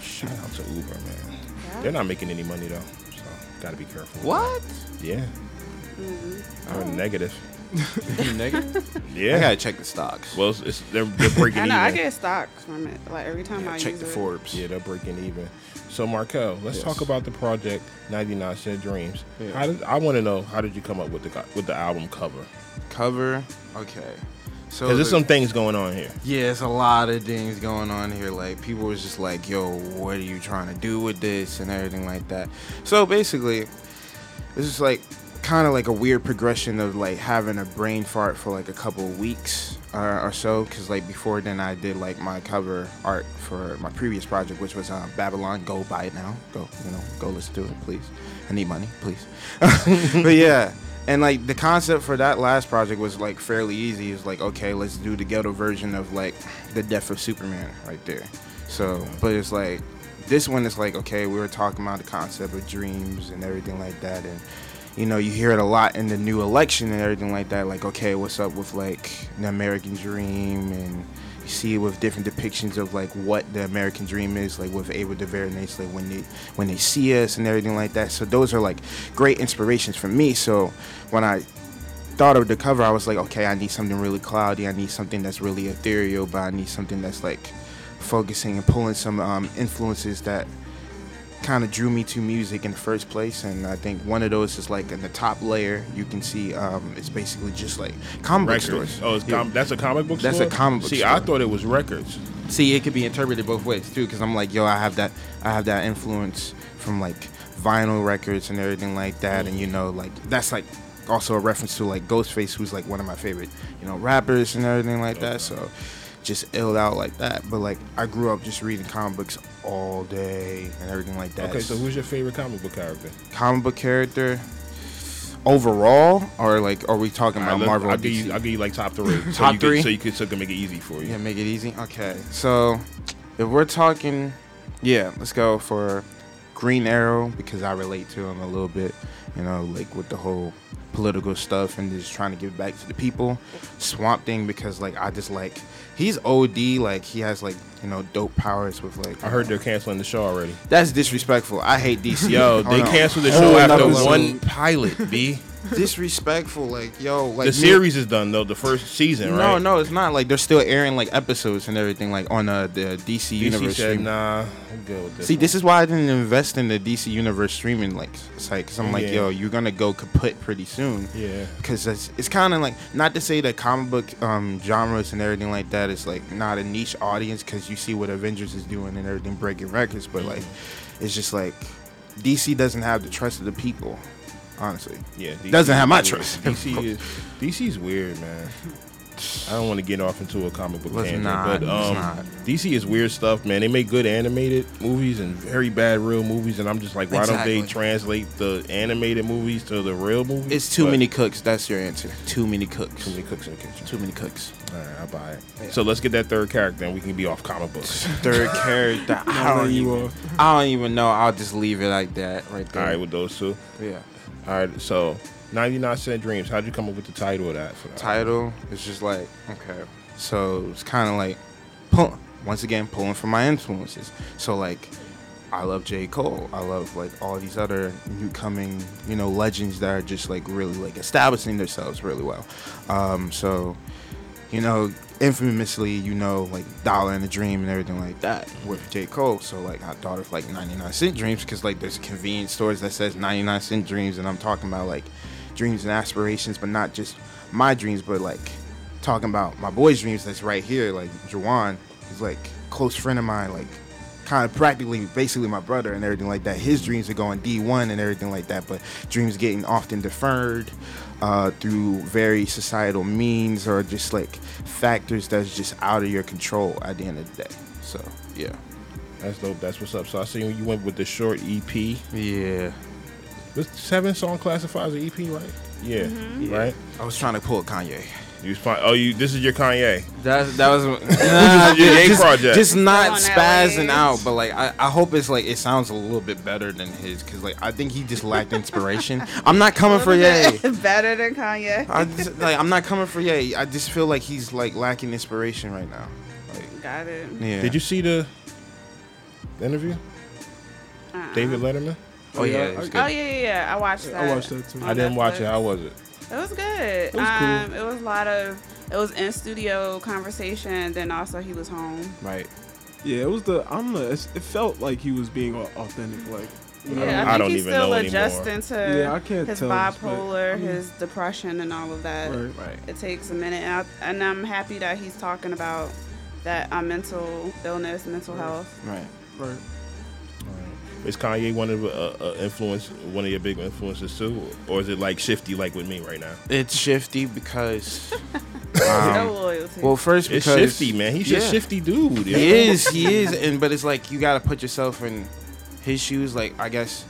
Speaker 2: Shout out to Uber, man. They're not making any money though, so gotta be careful. with
Speaker 5: What?
Speaker 2: that. Yeah.
Speaker 4: Mm-hmm. Oh.
Speaker 2: I'm negative.
Speaker 5: Negative?
Speaker 2: Yeah.
Speaker 5: I gotta check the stocks.
Speaker 2: well, it's, it's, they're, they're breaking
Speaker 4: I
Speaker 2: even.
Speaker 4: know. I get stocks from it. Like every time
Speaker 5: Yeah,
Speaker 4: I
Speaker 5: check
Speaker 4: use
Speaker 5: the
Speaker 4: it.
Speaker 5: Forbes.
Speaker 2: Yeah, they're breaking even. So Markel, let's
Speaker 5: Yes.
Speaker 2: talk about the project 99 Cent Dreams.
Speaker 5: Yeah.
Speaker 2: How did I want to know how did you come up with the co- with the album cover?
Speaker 5: Cover. Okay. So
Speaker 2: Because there's
Speaker 5: the-
Speaker 2: some things going on here.
Speaker 5: Yeah, it's a lot of things going on here. Like people was just like, "Yo, what are you trying to do with this?" and everything like that. So basically, it's just like kind of like a weird progression of like having a brain fart for like a couple of weeks uh, or so. Because like before then, I did like my cover art for my previous project, which was um, Babylon. Go buy it now. Go, you know, go listen to it, please. I need money, please. but yeah. And like the concept for that last project was like fairly easy. It was like, okay, let's do the ghetto version of like the death of Superman right there. So, but it's like this one is like, okay, we were talking about the concept of dreams and everything like that. And you know, you hear it a lot in the new election and everything like that. Like, okay, what's up with like the American dream and you see it with different depictions of like what the American dream is, like with Ava DeVere and it's like when they when they see us and everything like that. So those are like great inspirations for me. So when I thought of the cover, I was like, okay, I need something really cloudy. I need something that's really ethereal, but I need something that's like focusing and pulling some um, influences that kind of drew me to music in the first place. And I think one of those is like in the top layer. You can see um, it's basically just like comic book
Speaker 2: Records.
Speaker 5: stores.
Speaker 2: Oh, it's
Speaker 5: Yeah.
Speaker 2: com- that's a comic book.
Speaker 5: That's a
Speaker 2: store?
Speaker 5: comic book
Speaker 2: See,
Speaker 5: store.
Speaker 2: I thought it was records.
Speaker 5: See, it could be interpreted both ways too, because I'm like, yo, I have that, I have that influence from like vinyl records and everything like that, and you know, like that's like also a reference to like Ghostface, who's like one of my favorite, you know, rappers and everything like that. So, just illed out like that. But like, I grew up just reading comic books all day and everything like that.
Speaker 2: Okay, so who's your favorite comic book character?
Speaker 5: comic book character overall, or like, are we talking
Speaker 2: All right,
Speaker 5: about
Speaker 2: look,
Speaker 5: Marvel?
Speaker 2: I'll
Speaker 5: or
Speaker 2: give you,
Speaker 5: DC?
Speaker 2: I'll give you like top three. So
Speaker 5: Top
Speaker 2: you
Speaker 5: three?
Speaker 2: Could, so you could so it can make it easy for you.
Speaker 5: Yeah, make it easy. Okay, so if we're talking, yeah, let's go for Green Arrow because I relate to him a little bit, you know, like with the whole political stuff and just trying to give back to the people. Swamp Thing because like I just like he's OD, like he has like you know dope powers with like.
Speaker 2: I heard they're canceling the show already.
Speaker 5: that's disrespectful. I hate DC.
Speaker 2: Yo,
Speaker 5: Hold
Speaker 2: they
Speaker 5: on.
Speaker 2: canceled the show
Speaker 3: another
Speaker 2: after
Speaker 3: episode.
Speaker 2: one pilot. B.
Speaker 5: disrespectful. Like yo, like
Speaker 2: The
Speaker 5: me-
Speaker 2: series is done though. The first season, right?
Speaker 5: No, no, it's not. Like they're still airing like episodes and everything like on uh, the DC,
Speaker 2: DC
Speaker 5: universe.
Speaker 2: said,
Speaker 5: stream.
Speaker 2: nah, I'm good with this.
Speaker 5: See,
Speaker 2: one."
Speaker 5: this is why I didn't invest in the DC Universe streaming like site because I'm like,
Speaker 2: Yeah.
Speaker 5: yo, you're gonna go kaput pretty soon.
Speaker 2: Yeah.
Speaker 5: Because it's, it's kind of like not to say that comic book um, genres and everything like that is like not a niche audience because you see what Avengers is doing and everything breaking records, but like
Speaker 2: Mm-hmm.
Speaker 5: it's just like DC doesn't have the trust of the people, honestly.
Speaker 2: Yeah, DC
Speaker 5: doesn't have my
Speaker 2: is weird.
Speaker 5: trust.
Speaker 2: DC is DC's weird, man. I don't want to get off into a comic book
Speaker 5: Let's
Speaker 2: tangent,
Speaker 5: not,
Speaker 2: but
Speaker 5: let's
Speaker 2: um,
Speaker 5: not.
Speaker 2: DC is weird stuff, man. They make good animated movies and very bad real movies, and I'm just like, why don't
Speaker 5: Exactly.
Speaker 2: they translate the animated movies to the real movies?
Speaker 5: It's too
Speaker 2: But-
Speaker 5: many cooks. That's your answer. Too many cooks.
Speaker 2: Too many cooks in the kitchen.
Speaker 5: Too many cooks.
Speaker 2: All right, I buy it.
Speaker 5: Yeah.
Speaker 2: So let's get that third character, and we can be off comic books.
Speaker 5: Third character. I
Speaker 3: Now that
Speaker 5: don't,
Speaker 3: you
Speaker 5: even,
Speaker 3: are-
Speaker 5: I don't even know. I'll just leave it like that right
Speaker 2: All
Speaker 5: there.
Speaker 2: right, with those two.
Speaker 5: yeah.
Speaker 2: All right, so 99 Cent Dreams. How'd you come up with the title of that? For that?
Speaker 5: title is just like okay so it's kind of like pull, once again pulling from my influences so like i love j cole i love like all these other new coming you know legends that are just like really like establishing themselves really well um so you know infamously you know like dollar and a dream and everything like that with j cole so like i thought of like 99 cent dreams because like there's convenience stores that says 99 cent dreams and i'm talking about like dreams and aspirations but not just my dreams but like talking about my boy's dreams that's right here, like Juwan, he's like close friend of mine, like kind of practically basically my brother and everything like that. His dreams are going D1 and everything like that, but dreams getting often deferred uh, through very societal means or just like factors that's just out of your control at the end of the day. So yeah,
Speaker 2: That's dope. That's what's up. So I see you went with the short E EP.
Speaker 5: yeah.
Speaker 2: This seven song classifies an EP, right? Yeah.
Speaker 4: Mm-hmm.
Speaker 2: Right.
Speaker 5: I was trying to pull Kanye.
Speaker 2: You was fine. Oh, you. This is your Kanye.
Speaker 5: That that was nah,
Speaker 2: your Ye
Speaker 5: just,
Speaker 2: project.
Speaker 5: just
Speaker 4: Come
Speaker 5: not
Speaker 4: on,
Speaker 5: spazzing
Speaker 4: Alex.
Speaker 5: out, but like I, I hope it's like it sounds a little bit better than his because like I think he just lacked inspiration. I'm not coming for Ye.
Speaker 4: Better than Kanye.
Speaker 5: I just, like I'm not coming for Ye. I just feel like he's like lacking inspiration right now. Like
Speaker 4: Got it.
Speaker 5: yeah.
Speaker 2: Did you see the, the interview?
Speaker 4: Uh-uh.
Speaker 2: David Letterman.
Speaker 5: Oh yeah. it was
Speaker 4: Oh yeah,
Speaker 5: good.
Speaker 4: yeah, yeah. I watched that.
Speaker 3: I watched that, too.
Speaker 4: on
Speaker 2: I didn't watch it.
Speaker 4: Netflix.
Speaker 2: How was it?
Speaker 4: It was good.
Speaker 3: It was cool.
Speaker 4: um, It was a lot of. It was in studio conversation. Then also he was home.
Speaker 5: Right.
Speaker 3: Yeah, it was the. I don't know. It's, it felt like he was being au- authentic. Like,
Speaker 4: Yeah, I,
Speaker 2: don't-
Speaker 4: think
Speaker 2: I don't
Speaker 4: he's
Speaker 2: even
Speaker 4: still
Speaker 2: know anymore.
Speaker 4: adjusting to
Speaker 3: Yeah, I can't
Speaker 4: his
Speaker 3: tell, but,
Speaker 4: bipolar,
Speaker 3: I mean-
Speaker 4: his depression, and all of that.
Speaker 3: Right.
Speaker 5: Right.
Speaker 4: It takes a minute, and, I, and I'm happy that he's talking about that uh, mental illness, mental health.
Speaker 5: Right.
Speaker 3: right.
Speaker 2: Is Kanye one of uh, uh, influence, one of your big influences too, or is it like shifty like with me right now?
Speaker 5: It's shifty because.
Speaker 4: no
Speaker 5: um,
Speaker 4: loyalty.
Speaker 5: well, first
Speaker 2: It's
Speaker 5: because
Speaker 2: shifty, man. He's just
Speaker 5: Yeah.
Speaker 2: shifty dude. yo.
Speaker 5: He is, he is, and but it's like you gotta put yourself in his shoes. Like I guess,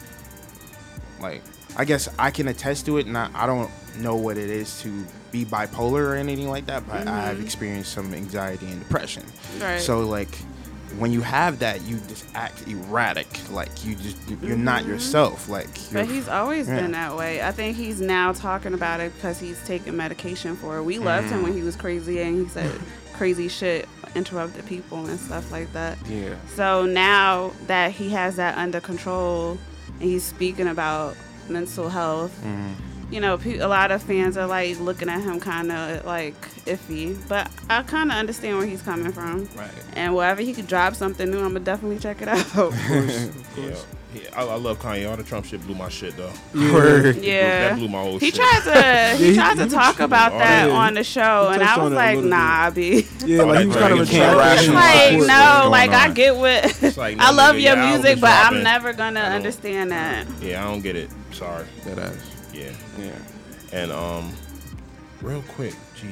Speaker 5: like I guess I can attest to it, and I, I don't know what it is to be bipolar or anything like that, but I have experienced some anxiety and depression.
Speaker 4: Mm-hmm. Right.
Speaker 5: So like, when you have that, you just act erratic. Like you just you're not yourself. Like
Speaker 4: Mm-hmm. but
Speaker 5: you're-
Speaker 4: he's always
Speaker 5: yeah.
Speaker 4: been that way. I think he's now talking about it because he's taking medication for it. We loved him
Speaker 5: Mm.
Speaker 4: when he was crazy and he said crazy shit, interrupted people and stuff like that.
Speaker 5: yeah.
Speaker 4: So now that he has that under control and he's speaking about mental health,
Speaker 5: Mm.
Speaker 4: you know, pe- a lot of fans are like looking at him kind of like iffy. But I kind of understand where he's coming from.
Speaker 5: Right.
Speaker 4: And wherever he could drop something new, I'm going to definitely check it out.
Speaker 3: Of
Speaker 2: Yeah.
Speaker 3: course.
Speaker 2: Yeah, I, I love Kanye. All the Trump shit blew my shit though.
Speaker 5: Word.
Speaker 4: yeah.
Speaker 2: That blew my whole
Speaker 4: he
Speaker 2: Oh, shit.
Speaker 4: tried to he
Speaker 3: he-
Speaker 4: tried to
Speaker 3: he
Speaker 4: talk
Speaker 2: was-
Speaker 4: about
Speaker 2: oh,
Speaker 4: that
Speaker 3: yeah.
Speaker 4: on the show,
Speaker 3: He
Speaker 4: and I
Speaker 3: touched on
Speaker 4: was
Speaker 3: it a
Speaker 4: like,
Speaker 3: little bit.
Speaker 4: Nah, B.
Speaker 3: Yeah,
Speaker 2: Oh,
Speaker 3: like
Speaker 2: that
Speaker 3: he was
Speaker 2: dragon
Speaker 3: kind of
Speaker 2: can't rationalize
Speaker 4: like
Speaker 5: what's
Speaker 4: no,
Speaker 5: going
Speaker 4: like I
Speaker 5: on.
Speaker 4: get what
Speaker 2: It's like,
Speaker 4: I
Speaker 2: no, nigga,
Speaker 4: love your
Speaker 2: your album
Speaker 4: music,
Speaker 2: is
Speaker 4: but I'm
Speaker 2: dropping.
Speaker 4: never gonna
Speaker 2: I don't-
Speaker 4: understand that.
Speaker 2: Yeah, I don't get it. Sorry.
Speaker 5: That ass.
Speaker 2: Yeah.
Speaker 5: Yeah.
Speaker 2: And um, real quick, jeez,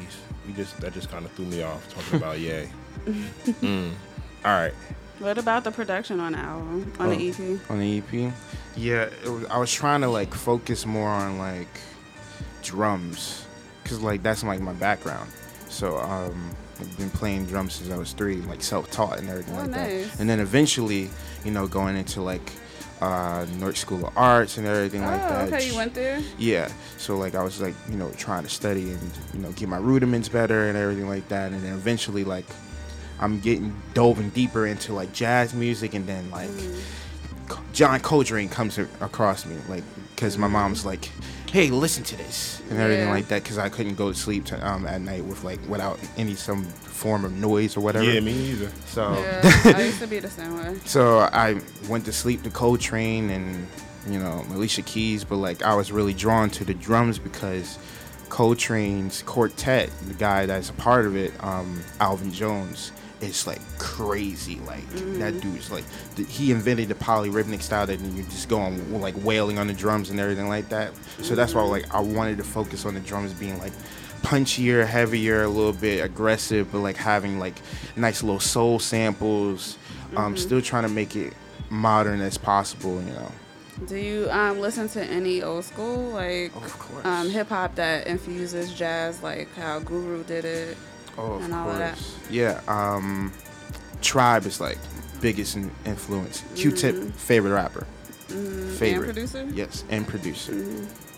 Speaker 2: you just that just kind of threw me off talking about yay. Mm. All right.
Speaker 4: What about the production on the album on the E
Speaker 5: Oh.
Speaker 4: EP?
Speaker 5: on the EP. Yeah, it was, I was trying to like focus more on like drums, cause like that's like my background. So um, I've been playing drums since I was three, like self-taught and everything
Speaker 4: Oh,
Speaker 5: like
Speaker 4: nice.
Speaker 5: that. And then eventually, you know, going into like uh, North School of Arts and everything like
Speaker 4: Oh,
Speaker 5: that.
Speaker 4: okay, you went there.
Speaker 5: Yeah. So like I was like, you know, trying to study and you know, get my rudiments better and everything like that and then eventually like I'm getting delving deeper into like jazz music and then like
Speaker 4: Mm-hmm.
Speaker 5: Co- John Coltrane comes a- across me like cuz my mom's like, "Hey, listen to this." And everything
Speaker 4: Mm-hmm. Yeah.
Speaker 5: like that cuz I couldn't go to sleep to, um, at night with like without any some form of noise or whatever.
Speaker 2: Yeah, me neither.
Speaker 5: So
Speaker 4: Yeah, I used to be the same way.
Speaker 5: so I went to sleep to Coltrane and you know Alicia Keys, but like I was really drawn to the drums because Coltrane's quartet, the guy that's a part of it, um, Alvin Jones, is like crazy. Like that dude's like th- he invented the polyrhythmic style that you just go on like wailing on the drums and everything like that. So that's why like I wanted to focus on the drums being like punchier, heavier, a little bit aggressive, but like having like nice little soul samples. Um, still trying to make it modern as possible, you know.
Speaker 4: Do you um, listen to any old school like
Speaker 5: Of course.
Speaker 4: um, hip hop that infuses jazz, like how Guru did it?
Speaker 5: Oh, of
Speaker 4: and all of that.
Speaker 5: course. Yeah. Um, Tribe is like biggest in- influence. Q-Tip favorite rapper. favorite
Speaker 4: Mm-hmm. producer? Mm-hmm.
Speaker 5: Yes, and producer.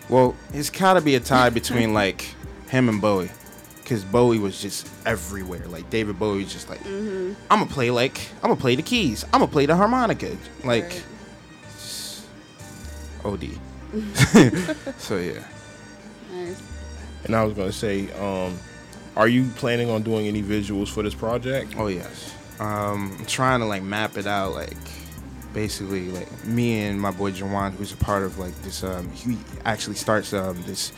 Speaker 5: Well, it's gotta be a tie between like him and Bowie, because Bowie was just everywhere. Like David Bowie was just like,
Speaker 4: Mm-hmm.
Speaker 5: I'm gonna play like I'm gonna play the keys. I'm gonna play the harmonica. Like,
Speaker 4: Right.
Speaker 5: just OD. so yeah.
Speaker 4: Nice.
Speaker 2: And I was gonna say, um, are you planning on doing any visuals for this project?
Speaker 5: Oh yes. Um, I'm trying to like map it out, like basically like me and my boy Jawan, who's a part of like this. Um, he actually starts um, this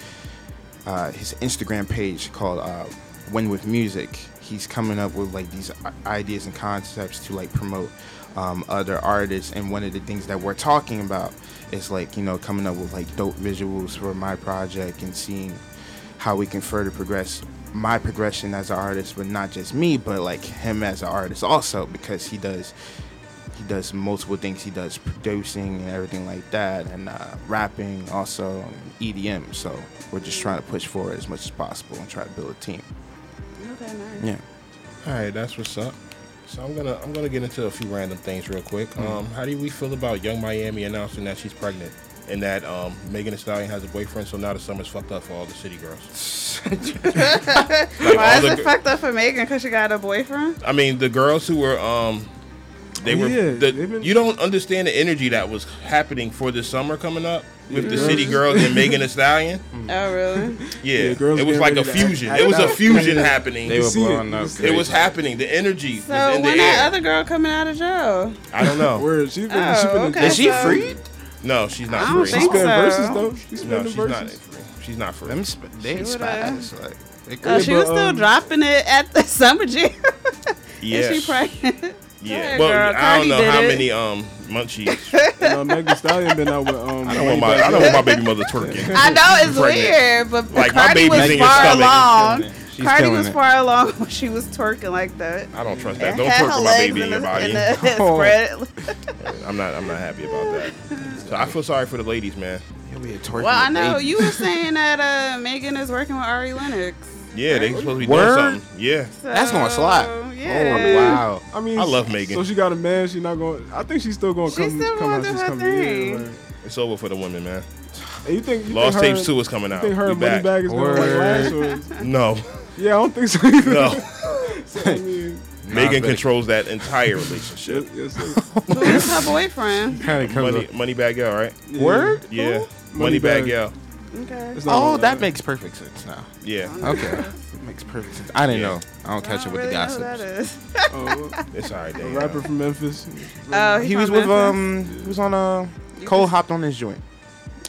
Speaker 5: uh, his Instagram page called uh, when with music, he's coming up with like these i- ideas and concepts to like promote um, other artists. And one of the things that we're talking about is like you know coming up with like dope visuals for my project and seeing how we can further progress my progression as an artist, but not just me, but like him as an artist also because he does he does multiple things. He does producing and everything like that, and uh, rapping also um, and EDM. So we're just trying to push forward as much as possible and try to build a team.
Speaker 4: Okay, nice.
Speaker 5: Yeah.
Speaker 2: All right, that's what's up. So I'm gonna I'm gonna get into a few random things real quick.
Speaker 4: Mm.
Speaker 2: Um, how do we feel about Young Miami announcing that she's pregnant and that um, Megan Thee Stallion has a boyfriend? So now the summer's fucked up for all the city girls. Like,
Speaker 4: Why
Speaker 2: all
Speaker 4: is
Speaker 2: the
Speaker 4: it
Speaker 2: gir-
Speaker 4: fucked up for Megan because she got a boyfriend?
Speaker 2: I mean, the girls who were um, they
Speaker 3: Oh,
Speaker 2: were
Speaker 3: yeah,
Speaker 2: the,
Speaker 3: they've been-
Speaker 2: you don't understand the energy that was happening for this summer coming up with the city girls and Megan Thee Stallion.
Speaker 4: Oh, really?
Speaker 2: Yeah,
Speaker 3: Yeah, girls
Speaker 2: it was
Speaker 3: getting
Speaker 2: like a
Speaker 3: ready to act-
Speaker 2: fusion.
Speaker 3: act
Speaker 2: It was a
Speaker 3: out.
Speaker 2: fusion happening.
Speaker 5: They were
Speaker 3: see it.
Speaker 5: blowing
Speaker 3: You
Speaker 5: up.
Speaker 3: see
Speaker 2: It
Speaker 5: crazy.
Speaker 2: was happening. The energy was
Speaker 4: So
Speaker 2: in the
Speaker 4: when that
Speaker 2: air.
Speaker 4: other girl coming out of jail?
Speaker 5: Oh,
Speaker 2: I don't know.
Speaker 3: Where she been?
Speaker 4: Oh,
Speaker 3: she been in-
Speaker 4: okay.
Speaker 5: Is she
Speaker 4: So-
Speaker 5: free?
Speaker 2: No, she's not
Speaker 4: I don't
Speaker 2: free.
Speaker 3: She
Speaker 4: think
Speaker 3: spinning
Speaker 4: so.
Speaker 3: verses though. She spinning
Speaker 2: No, she's not
Speaker 3: verses.
Speaker 2: free. She's not free.
Speaker 5: Them sp- they
Speaker 4: She would've-
Speaker 5: spies. Like, they
Speaker 4: Oh,
Speaker 5: could-
Speaker 4: she
Speaker 3: but,
Speaker 4: was still
Speaker 3: um,
Speaker 4: dropping it at the summer jam.
Speaker 2: Yeah.
Speaker 4: Is she pregnant?
Speaker 2: Yeah,
Speaker 4: Go
Speaker 2: but
Speaker 4: ahead, girl.
Speaker 2: I don't
Speaker 4: Cardi
Speaker 2: know
Speaker 4: did
Speaker 2: how
Speaker 4: it.
Speaker 2: many um munchies.
Speaker 3: And, uh, Megan Thee Stallion been out with um.
Speaker 2: I don't want my I don't want my baby mother twerking.
Speaker 4: I know it's
Speaker 2: Pregnant.
Speaker 4: weird, but
Speaker 2: Like, my
Speaker 4: Cardi
Speaker 2: baby's
Speaker 4: was
Speaker 2: in your
Speaker 4: far
Speaker 2: stomach.
Speaker 4: along.
Speaker 5: She's
Speaker 4: Cardi
Speaker 5: killing
Speaker 4: was
Speaker 5: it.
Speaker 4: far along when she was twerking like that.
Speaker 2: I don't trust that.
Speaker 4: It
Speaker 2: Don't
Speaker 4: had
Speaker 2: twerk
Speaker 4: her
Speaker 2: with my
Speaker 4: legs
Speaker 2: baby in your
Speaker 4: the-
Speaker 2: body.
Speaker 4: the-
Speaker 5: Oh.
Speaker 4: spread.
Speaker 2: I'm not I'm not happy about that. So I feel sorry for the ladies, man.
Speaker 5: He'll be a twerking
Speaker 4: Well, I know
Speaker 5: baby.
Speaker 4: you were saying that uh, Megan is working with Ari Lennox.
Speaker 2: Yeah, they supposed to be
Speaker 5: Word?
Speaker 2: doing something. Yeah.
Speaker 5: That's gonna
Speaker 4: So,
Speaker 5: slide.
Speaker 4: Yeah.
Speaker 5: Oh wow.
Speaker 3: I mean,
Speaker 2: I love Megan.
Speaker 3: So she got a man. She not going. to I think she's still going to
Speaker 4: She's
Speaker 3: come.
Speaker 4: still
Speaker 3: come
Speaker 4: gonna
Speaker 3: out
Speaker 4: do
Speaker 3: she's
Speaker 4: her
Speaker 3: coming. Yeah,
Speaker 4: thing.
Speaker 3: right.
Speaker 2: It's over for the women, man.
Speaker 3: And you think you
Speaker 2: Lost
Speaker 3: think her,
Speaker 2: tapes two is coming out.
Speaker 3: You think her
Speaker 2: We
Speaker 3: money
Speaker 2: back.
Speaker 3: bag, is going to
Speaker 5: Word.
Speaker 3: last? Or,
Speaker 2: No.
Speaker 3: yeah, I don't think so. Either.
Speaker 2: No.
Speaker 3: So, I mean,
Speaker 2: Megan
Speaker 5: but-
Speaker 2: controls that entire relationship.
Speaker 3: yes, yes, yes.
Speaker 4: Who's her boyfriend?
Speaker 5: Kind of
Speaker 2: Money money bag out, right?
Speaker 3: Yeah.
Speaker 5: Word.
Speaker 2: Yeah. Money
Speaker 3: Moneybag.
Speaker 2: bag out.
Speaker 4: Okay.
Speaker 3: It's not
Speaker 5: Oh,
Speaker 3: on
Speaker 5: that
Speaker 3: there.
Speaker 5: makes perfect sense now.
Speaker 2: Yeah.
Speaker 5: Okay, it makes perfect sense. I didn't
Speaker 2: Yeah.
Speaker 5: know. I don't catch
Speaker 4: I
Speaker 5: up
Speaker 4: don't
Speaker 5: with the
Speaker 4: really know who that
Speaker 5: gossip.
Speaker 4: is.
Speaker 3: Oh,
Speaker 2: It's all right,
Speaker 3: a
Speaker 2: Dave.
Speaker 3: rapper from Memphis.
Speaker 4: Oh,
Speaker 5: He was
Speaker 4: from
Speaker 5: with
Speaker 4: Memphis?
Speaker 5: um. He was on a.
Speaker 4: You
Speaker 5: Cole
Speaker 4: just-
Speaker 5: hopped on his joint.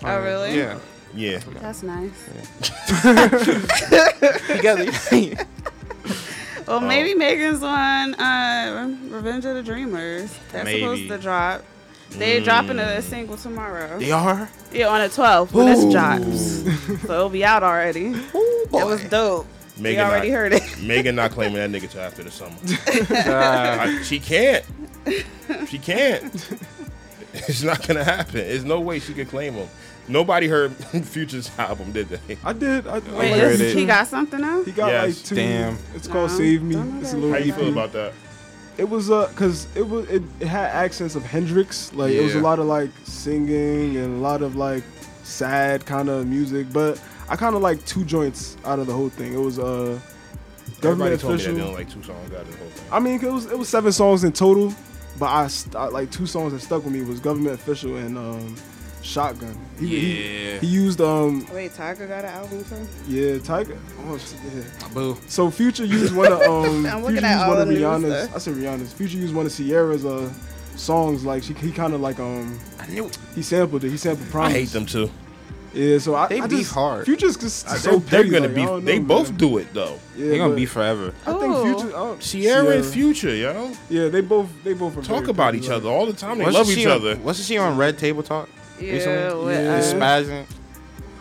Speaker 4: Oh, really?
Speaker 5: Yeah.
Speaker 2: Yeah.
Speaker 4: That's nice.
Speaker 5: Together. Oh.
Speaker 4: Well, maybe Megan's on uh, Revenge of the Dreamers. That's
Speaker 5: Maybe. Mm.
Speaker 4: supposed to drop. They dropping a single tomorrow.
Speaker 5: They are.
Speaker 4: Yeah, on the 12th when
Speaker 5: Ooh.
Speaker 4: this drops. so it'll be out already.
Speaker 5: Ooh,
Speaker 4: That was dope.
Speaker 2: Megan
Speaker 4: we already
Speaker 2: not,
Speaker 4: heard it.
Speaker 2: Megan not claiming that nigga till after the summer. I- she can't. She can't. It's not gonna happen. There's no way she could claim him. Nobody heard Future's album, did they?
Speaker 3: I did. I, I
Speaker 4: Wait,
Speaker 5: heard
Speaker 4: is-
Speaker 5: it.
Speaker 4: he got something now?
Speaker 3: He got
Speaker 2: Yes.
Speaker 3: like two.
Speaker 5: Damn.
Speaker 3: It's called
Speaker 4: No,
Speaker 3: Save Me.
Speaker 4: don't know
Speaker 3: It's a
Speaker 4: that.
Speaker 3: little
Speaker 2: How you
Speaker 3: EP.
Speaker 2: feel about that?
Speaker 3: It was uh, cause it was it, it had accents of Hendrix. Like it was a
Speaker 5: Yeah.
Speaker 3: lot of like singing and a lot of like sad kind of music. But I kind of like two joints out of the whole thing. It was uh, government
Speaker 2: Everybody told
Speaker 3: official.
Speaker 2: me that they only like two songs out of the whole thing.
Speaker 3: I mean, it was it was seven songs in total, but I, st- I- like two songs that stuck with me was government official and um, shotgun. He, he-
Speaker 5: Yeah.
Speaker 3: he used um
Speaker 4: Wait, Tiger got an album too?
Speaker 3: yeah Tiger. Oh, t- yeah.
Speaker 5: Boo.
Speaker 3: So Future used one of um, Future
Speaker 4: I'm looking
Speaker 3: used
Speaker 4: at all
Speaker 3: one of
Speaker 4: the news
Speaker 3: Rihanna's.
Speaker 4: stuff.
Speaker 3: I said Rihanna's. Future used one of Sierra's uh, songs. Like she, he kind of like um,
Speaker 5: I knew. it.
Speaker 3: he sampled it. He sampled
Speaker 2: I
Speaker 3: Promise.
Speaker 2: hate them too.
Speaker 3: Yeah, so I,
Speaker 5: They
Speaker 3: I
Speaker 5: beef
Speaker 3: just,
Speaker 5: hard.
Speaker 3: Future's just
Speaker 2: They're,
Speaker 3: so
Speaker 2: they're
Speaker 3: petty,
Speaker 2: gonna
Speaker 3: like,
Speaker 2: be.
Speaker 3: I don't
Speaker 2: they
Speaker 3: know,
Speaker 2: both
Speaker 3: man.
Speaker 2: do it though.
Speaker 3: Yeah,
Speaker 5: They're gonna
Speaker 3: but
Speaker 5: be forever.
Speaker 3: I think
Speaker 4: Ooh.
Speaker 3: Future. Um,
Speaker 2: Sierra, and Future, yo,
Speaker 3: Yeah, they both. They both are
Speaker 2: talk
Speaker 3: very
Speaker 2: about
Speaker 3: petty,
Speaker 2: each
Speaker 3: like-
Speaker 2: other all the time. They
Speaker 5: Wasn't
Speaker 2: love
Speaker 5: she
Speaker 2: each
Speaker 5: on-
Speaker 2: other.
Speaker 5: Wasn't she on Red Table Talk?
Speaker 4: Yeah,
Speaker 5: Recently?
Speaker 4: with,
Speaker 3: Yeah.
Speaker 5: Just
Speaker 4: uh,
Speaker 5: spazzing.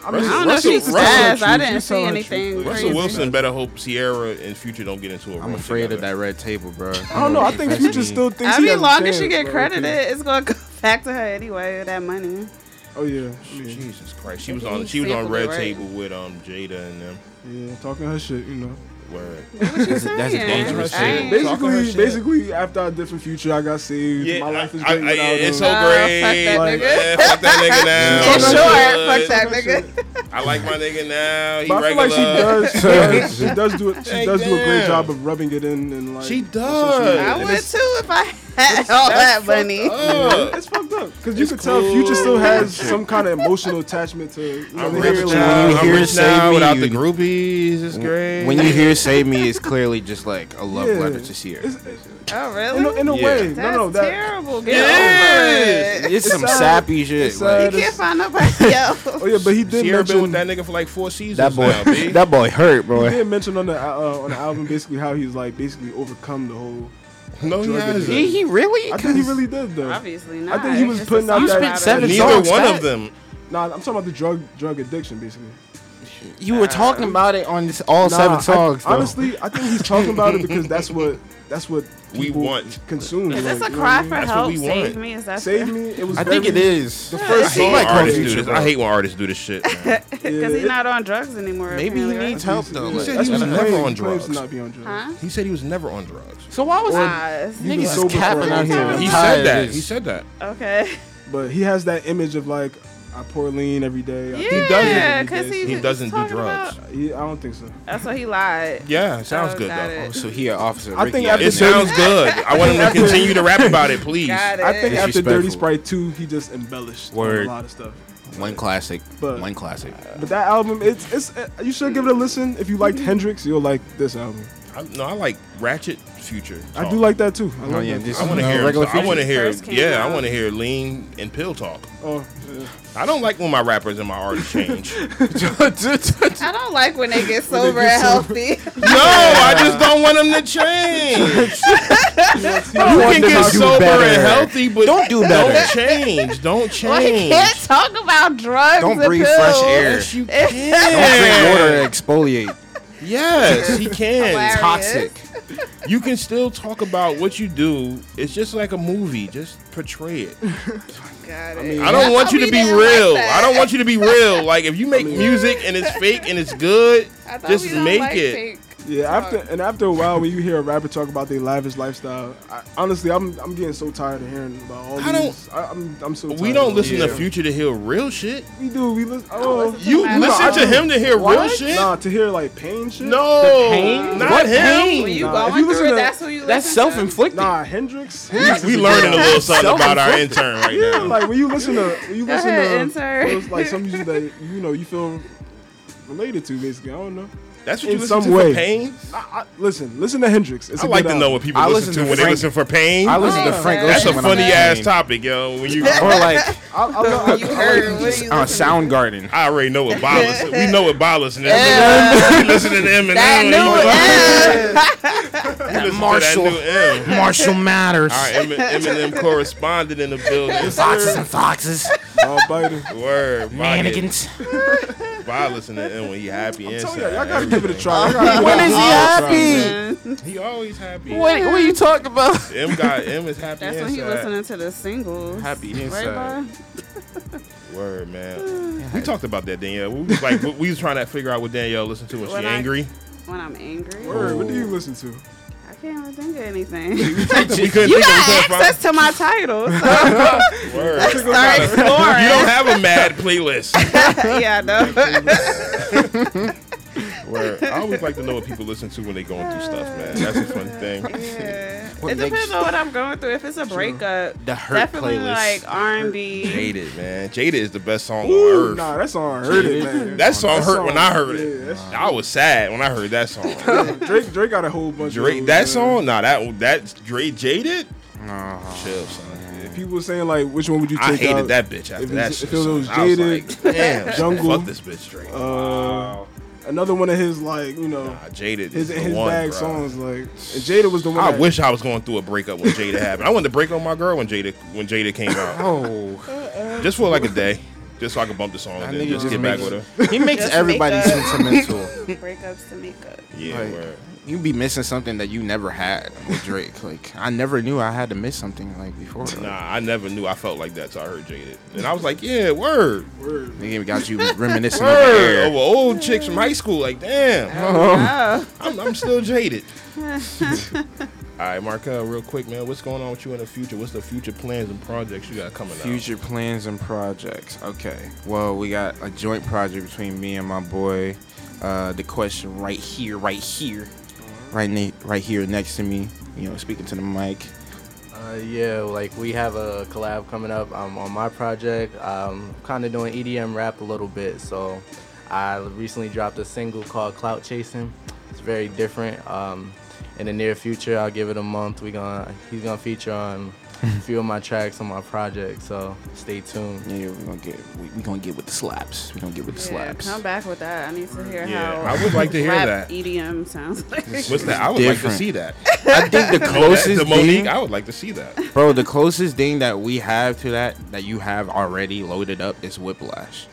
Speaker 3: I, mean,
Speaker 4: I don't know.
Speaker 2: Russell-
Speaker 4: She's
Speaker 2: Russell-
Speaker 4: fast. I
Speaker 3: Russell-
Speaker 4: didn't
Speaker 3: she's
Speaker 4: see
Speaker 3: telling the
Speaker 4: anything
Speaker 3: truth.
Speaker 4: crazy.
Speaker 2: Russell Wilson better hope Sierra and Future don't get into a room.
Speaker 5: I'm afraid of
Speaker 2: together.
Speaker 5: that red table, bro.
Speaker 3: I don't know. I think Future still thinks.
Speaker 4: I
Speaker 3: he
Speaker 4: mean,
Speaker 3: has a
Speaker 4: long as she
Speaker 3: chance,
Speaker 4: get
Speaker 3: bro.
Speaker 4: credited, it's gonna go back to her anyway. That money.
Speaker 3: Oh yeah, yeah,
Speaker 2: Jesus Christ, she was
Speaker 4: He
Speaker 2: on. She was on
Speaker 4: sampled it
Speaker 2: Red
Speaker 4: right.
Speaker 2: Table with um Jada and them.
Speaker 3: yeah, talking her shit, you know.
Speaker 2: Word.
Speaker 5: That's a, that's a
Speaker 4: saying?
Speaker 5: dangerous
Speaker 2: I ain't-
Speaker 5: shit.
Speaker 2: Talking her
Speaker 3: Basically,
Speaker 2: shit.
Speaker 3: basically, after I did from Future, I got saved.
Speaker 2: Yeah,
Speaker 3: My life is
Speaker 2: I, I,
Speaker 3: great
Speaker 2: I,
Speaker 3: without
Speaker 2: it's so
Speaker 3: him.
Speaker 4: Oh, fuck
Speaker 2: great.
Speaker 4: that
Speaker 3: Like-
Speaker 4: nigga.
Speaker 2: Yeah, fuck that nigga now.
Speaker 4: In
Speaker 3: Oh,
Speaker 4: short,
Speaker 2: Good.
Speaker 4: fuck that nigga.
Speaker 2: I like my nigga now. He
Speaker 3: But I feel
Speaker 2: regular.
Speaker 3: like she does. She does, she does do it. She
Speaker 2: Hey,
Speaker 3: does do a great
Speaker 2: damn.
Speaker 3: job of rubbing it in and like.
Speaker 2: She
Speaker 3: on social media.
Speaker 2: does.
Speaker 4: I
Speaker 2: And
Speaker 4: would
Speaker 2: it's-
Speaker 4: too if I all that money.
Speaker 2: Uh,
Speaker 3: It's fucked up because you
Speaker 2: It's
Speaker 3: could tell
Speaker 2: cool.
Speaker 3: Future still has some kind of emotional attachment to. You know,
Speaker 2: I'm
Speaker 3: they have a
Speaker 2: rich
Speaker 3: child.
Speaker 2: now. I'm
Speaker 5: Here,
Speaker 2: rich
Speaker 5: save
Speaker 2: now
Speaker 5: me,
Speaker 2: without
Speaker 5: you-
Speaker 2: the groupies. It's great.
Speaker 5: When you hear "Save Me," it's clearly just like a love
Speaker 3: Yeah.
Speaker 5: letter to Sierra.
Speaker 3: It's- In
Speaker 4: Oh,
Speaker 3: a,
Speaker 4: really?
Speaker 3: in a
Speaker 2: Yeah.
Speaker 3: way,
Speaker 4: That's
Speaker 3: no, no, that
Speaker 4: terrible. Get
Speaker 2: Yes.
Speaker 4: over it.
Speaker 5: It's some
Speaker 3: sad.
Speaker 5: sappy shit.
Speaker 3: It's
Speaker 5: like-
Speaker 4: You
Speaker 3: sad.
Speaker 4: can't find nobody else.
Speaker 3: Oh yeah, but he did
Speaker 2: Sierra been
Speaker 3: mention
Speaker 2: with that nigga for like four seasons
Speaker 5: that boy,
Speaker 2: now, B.
Speaker 5: that boy hurt,
Speaker 3: He
Speaker 5: bro.
Speaker 3: did mention on the uh, on the album basically how he's like basically overcome the whole.
Speaker 2: no, he
Speaker 3: Drug
Speaker 2: hasn't.
Speaker 5: Did he really?
Speaker 3: I think he really did though.
Speaker 4: Obviously not.
Speaker 3: think he was
Speaker 4: It's
Speaker 3: putting
Speaker 4: a
Speaker 3: out
Speaker 4: song
Speaker 3: that-
Speaker 4: about
Speaker 5: Seven
Speaker 4: it.
Speaker 5: songs.
Speaker 2: Neither one
Speaker 5: fat.
Speaker 2: of them.
Speaker 3: Nah, I'm talking about the drug drug addiction basically.
Speaker 5: You were talking about it on this, all
Speaker 3: Nah,
Speaker 5: seven
Speaker 3: I-
Speaker 5: songs. though.
Speaker 3: honestly, I think he's talking about it because that's what that's what
Speaker 2: We
Speaker 3: people
Speaker 2: want.
Speaker 3: consume.
Speaker 4: Is this
Speaker 3: like,
Speaker 4: a
Speaker 3: you know what
Speaker 4: cry
Speaker 3: I mean?
Speaker 4: for
Speaker 2: That's what
Speaker 4: help?
Speaker 2: we
Speaker 4: Save
Speaker 2: want.
Speaker 4: me? Is that
Speaker 3: Save me. It was.
Speaker 5: I think it
Speaker 3: very-
Speaker 5: is.
Speaker 3: The first
Speaker 2: I hate
Speaker 3: song.
Speaker 2: when artists
Speaker 5: Future,
Speaker 2: do this.
Speaker 5: bro.
Speaker 2: I hate when artists do this shit. man.
Speaker 4: Because
Speaker 3: Yeah,
Speaker 4: he's
Speaker 3: it-
Speaker 4: not on drugs anymore.
Speaker 5: Maybe he
Speaker 4: apparently,
Speaker 5: needs
Speaker 4: right?
Speaker 5: help though.
Speaker 2: He
Speaker 5: like-
Speaker 2: said
Speaker 3: That's
Speaker 2: he
Speaker 3: what
Speaker 2: was
Speaker 3: he
Speaker 2: never
Speaker 3: claims.
Speaker 2: on
Speaker 3: He claims to
Speaker 2: drugs.
Speaker 3: not be on drugs.
Speaker 4: Huh?
Speaker 2: He said he was never on drugs.
Speaker 5: so why was it?
Speaker 4: Ah, it's-
Speaker 3: He was
Speaker 5: Niggas
Speaker 3: sober
Speaker 5: is
Speaker 3: for
Speaker 5: capping
Speaker 3: a
Speaker 5: out here.
Speaker 4: long
Speaker 5: I'm
Speaker 4: time.
Speaker 2: He
Speaker 5: tired
Speaker 2: said
Speaker 5: of
Speaker 2: that.
Speaker 5: this.
Speaker 2: He said that.
Speaker 4: Okay.
Speaker 3: But he has that image of like I pour lean every day. I-
Speaker 4: Yeah,
Speaker 2: doesn't.
Speaker 4: Cause he's,
Speaker 2: He doesn't do
Speaker 4: talking
Speaker 2: drugs.
Speaker 4: about-
Speaker 3: He, I don't think so.
Speaker 4: that's why he lied.
Speaker 2: Yeah, sounds
Speaker 4: Oh,
Speaker 2: good
Speaker 4: got
Speaker 2: though.
Speaker 4: it.
Speaker 5: Oh, so he an officer.
Speaker 3: I
Speaker 5: Ricky
Speaker 3: think
Speaker 5: out
Speaker 3: after
Speaker 2: It
Speaker 5: in there.
Speaker 2: sounds good. I want him to continue to rap about it, please.
Speaker 4: Got it.
Speaker 3: I think after
Speaker 5: Disrespectful.
Speaker 3: Dirty Sprite 2, he just embellished on
Speaker 5: Word.
Speaker 3: a lot of stuff.
Speaker 5: one classic,
Speaker 3: But-
Speaker 5: one classic.
Speaker 3: But that album, it's it's uh, you should give it a listen. If you liked Hendrix, you'll like this album.
Speaker 2: I, no, I like Ratchet Future.
Speaker 3: I
Speaker 2: talk.
Speaker 3: do like that too. I like
Speaker 5: yeah,
Speaker 3: that.
Speaker 5: this-
Speaker 2: I want to
Speaker 5: Uh,
Speaker 2: hear.
Speaker 5: regular
Speaker 2: I want to
Speaker 5: Future.
Speaker 2: hear.
Speaker 4: First came
Speaker 2: Yeah, I
Speaker 4: out.
Speaker 2: want to hear lean and pill talk.
Speaker 3: Oh, yeah.
Speaker 2: I don't like when my rappers and my artists change.
Speaker 4: I don't like when they get sober and healthy.
Speaker 2: No, I just don't want them to change. you can
Speaker 5: them
Speaker 2: get
Speaker 5: to do
Speaker 2: sober
Speaker 5: better.
Speaker 2: and healthy, but
Speaker 5: Don't do better.
Speaker 2: Don't change. Don't
Speaker 4: well, he
Speaker 2: change.
Speaker 4: can't talk about drugs.
Speaker 5: Don't
Speaker 4: and
Speaker 5: breathe
Speaker 4: pills.
Speaker 5: fresh air.
Speaker 2: Yes, you
Speaker 4: It's-
Speaker 5: Don't drink
Speaker 2: can.
Speaker 5: water and exfoliate.
Speaker 2: Yes, he can.
Speaker 4: Hilarious.
Speaker 5: Toxic.
Speaker 2: You can still talk about what you do. It's just like a movie. Just portray it.
Speaker 4: Got it.
Speaker 2: I don't want you
Speaker 4: we
Speaker 2: to be
Speaker 4: didn't like
Speaker 2: real.
Speaker 4: that.
Speaker 2: I don't want you to be real. Like if you make music and it's fake and it's good,
Speaker 4: I thought
Speaker 2: just
Speaker 4: we don't
Speaker 2: make
Speaker 4: like
Speaker 2: it.
Speaker 4: pink.
Speaker 3: yeah. After and after a while, when you hear a rapper talk about their lavish lifestyle, I, honestly, I'm I'm getting so tired of hearing about all
Speaker 2: I don't-
Speaker 3: these. I, I'm I'm so. Tired
Speaker 2: We don't
Speaker 3: of
Speaker 2: listen
Speaker 3: it.
Speaker 2: to Future to hear real shit.
Speaker 3: We do. We listen. Oh,
Speaker 4: listen
Speaker 2: You
Speaker 4: Nah,
Speaker 2: listen
Speaker 4: I
Speaker 2: to
Speaker 3: don't.
Speaker 2: him to hear real
Speaker 3: What?
Speaker 2: shit.
Speaker 3: Nah, to hear like pain shit.
Speaker 2: No,
Speaker 5: pain?
Speaker 2: not
Speaker 5: What
Speaker 2: him.
Speaker 5: pain?
Speaker 4: When you
Speaker 3: Nah, if
Speaker 4: going
Speaker 3: you listen to-
Speaker 4: through it, that's who you
Speaker 5: That's
Speaker 4: listen to.
Speaker 5: self-inflicted.
Speaker 3: Nah, Hendrix.
Speaker 2: We learning a little something about our intern right
Speaker 3: Yeah,
Speaker 2: now.
Speaker 3: like when you listen to when you
Speaker 4: Go
Speaker 3: listen
Speaker 4: ahead,
Speaker 3: to
Speaker 4: insert.
Speaker 3: those, like some music that you know you feel related to. Basically, I don't know.
Speaker 2: That's what you
Speaker 3: in
Speaker 2: listen
Speaker 3: some
Speaker 2: to
Speaker 3: way.
Speaker 2: for pain.
Speaker 3: I, I, listen, listen to Hendrix. It's
Speaker 2: I
Speaker 3: a
Speaker 2: like to
Speaker 3: good
Speaker 2: know
Speaker 3: album.
Speaker 2: what people
Speaker 5: I
Speaker 2: listen
Speaker 5: listen
Speaker 2: to
Speaker 5: to
Speaker 2: when they
Speaker 5: Frank-
Speaker 2: listen for pain.
Speaker 5: I listen to Frank Ocean.
Speaker 2: That's a
Speaker 5: when I'm
Speaker 2: funny ass
Speaker 5: pain.
Speaker 2: topic, yo. When you,
Speaker 5: Or like
Speaker 3: I, I, love-
Speaker 4: You heard what you
Speaker 5: uh,
Speaker 4: listen
Speaker 5: Soundgarden.
Speaker 2: I already know what Bolas. we know what Bolas is. We listen to Eminem.
Speaker 4: That new
Speaker 2: You listen
Speaker 5: Marshall.
Speaker 2: to that new M.
Speaker 5: Marshall Matters.
Speaker 2: Our M- Eminem correspondent in the
Speaker 5: Foxes
Speaker 2: building.
Speaker 5: and foxes.
Speaker 3: I'll bite it.
Speaker 2: Word.
Speaker 5: Mannequins.
Speaker 2: Bolas in the M when he happy and
Speaker 3: Tell you, y'all gotta give it a try. Y'all gotta-
Speaker 5: When is he happy?
Speaker 4: to.
Speaker 2: He always happy.
Speaker 5: What, what are you talking about?
Speaker 2: M got M is happy
Speaker 4: That's
Speaker 2: inside.
Speaker 4: when he listening to the singles.
Speaker 5: Happy
Speaker 4: Right,
Speaker 5: inside.
Speaker 4: boy?
Speaker 2: Word, man. We talked about that, Danielle. We was like, we, we was trying to figure out what Danielle listened to when,
Speaker 4: When
Speaker 2: she
Speaker 4: I-
Speaker 2: angry.
Speaker 4: When I'm angry,
Speaker 3: Word, what do you listen to?
Speaker 4: I can't really think of anything.
Speaker 2: we couldn't
Speaker 4: you
Speaker 2: think of
Speaker 4: got
Speaker 2: we couldn't
Speaker 4: access to my titles. So
Speaker 2: find- Word.
Speaker 4: start
Speaker 2: You
Speaker 4: exploring.
Speaker 2: don't have a mad playlist.
Speaker 4: yeah, I know.
Speaker 2: Word. I always like to know what people listen to when they going through stuff, man. That's a fun thing.
Speaker 4: Yeah.
Speaker 5: What
Speaker 4: It
Speaker 5: makes-
Speaker 4: depends on what I'm going through. If it's a breakup,
Speaker 5: The Hurt
Speaker 4: definitely
Speaker 5: playlist.
Speaker 4: like R&B.
Speaker 2: Jaded, man. Jaded is the best song on
Speaker 3: Ooh,
Speaker 2: earth.
Speaker 3: nah, that song hurt it, man.
Speaker 2: That song
Speaker 3: That
Speaker 2: hurt
Speaker 3: song-
Speaker 2: when I heard
Speaker 3: yeah,
Speaker 2: it.
Speaker 3: that
Speaker 2: I was sad when I heard that song.
Speaker 3: Drake, Drake got a whole bunch.
Speaker 2: Drake,
Speaker 3: of those,
Speaker 2: that
Speaker 3: man.
Speaker 2: song, nah, that that Drake jaded.
Speaker 5: No.
Speaker 2: Chill, son.
Speaker 3: People saying like, which one would you take
Speaker 2: I hated
Speaker 3: out?
Speaker 2: that bitch after
Speaker 3: if
Speaker 2: that
Speaker 3: it's-
Speaker 2: shit.
Speaker 3: if it
Speaker 2: son.
Speaker 3: was
Speaker 2: I was
Speaker 3: Jaded,
Speaker 2: like, damn,
Speaker 3: Jungle,
Speaker 2: fuck this bitch, Drake.
Speaker 3: Uh, Another one of his like, you know,
Speaker 2: Nah, Jaded
Speaker 3: his
Speaker 2: is the
Speaker 3: his
Speaker 2: one,
Speaker 3: bag
Speaker 2: bruh.
Speaker 3: songs like. And Jada was the one.
Speaker 2: I
Speaker 3: that-
Speaker 2: wish I was going through a breakup when Jada happened. I wanted to break up with my girl when Jada when Jada came out,
Speaker 5: Oh,
Speaker 2: just for like a day, just so I could bump the song
Speaker 5: that
Speaker 2: and then
Speaker 5: nigga
Speaker 2: just
Speaker 5: just
Speaker 2: get back with her.
Speaker 5: makes, he makes
Speaker 4: Just
Speaker 5: everybody
Speaker 4: make up.
Speaker 5: sentimental.
Speaker 4: Breakups to makeup.
Speaker 2: Yeah,
Speaker 5: Like,
Speaker 2: word.
Speaker 5: you be missing something that you never had with Drake. Like I never knew I had to miss something like before. Like,
Speaker 2: nah, I never knew I felt like that till I heard Jaded, and I was like, yeah, word,
Speaker 3: Word.
Speaker 5: Nigga got you reminiscing over
Speaker 2: word,
Speaker 5: air.
Speaker 2: over Oh, old chicks from high school. Like, damn,
Speaker 4: Oh.
Speaker 2: I'm, I'm still jaded. All right, Markel, real quick, man, what's going on with you in the future? What's the future plans and projects you got coming up?
Speaker 5: Future plans and projects. Okay. Well, we got a joint project between me and my boy. Uh, the question right here, right here, right ne- right here next to me. You know, speaking to the mic. Uh,
Speaker 6: Uh, yeah, like we have a collab coming up. I'm on my project. I'm kind of doing EDM rap a little bit. So I recently dropped a single called Clout Chasing. It's very different. Um, in the near future, I'll give it a month. We gonna he's gonna feature on a few of my tracks on my project. So stay tuned.
Speaker 5: Yeah, we're gonna get we, we gonna get with the slaps. We're gonna get with the
Speaker 4: Yeah,
Speaker 5: slaps.
Speaker 4: come back with that. I need to hear
Speaker 2: Yeah,
Speaker 4: how
Speaker 2: I would like to hear
Speaker 4: rap
Speaker 2: that.
Speaker 4: EDM sounds like.
Speaker 2: What's that? I would like
Speaker 5: different.
Speaker 2: to see that.
Speaker 5: I think the closest
Speaker 2: the Monique,
Speaker 5: thing,
Speaker 2: I would like to see that.
Speaker 5: bro, the closest thing that we have to that that you have already loaded up is Whiplash,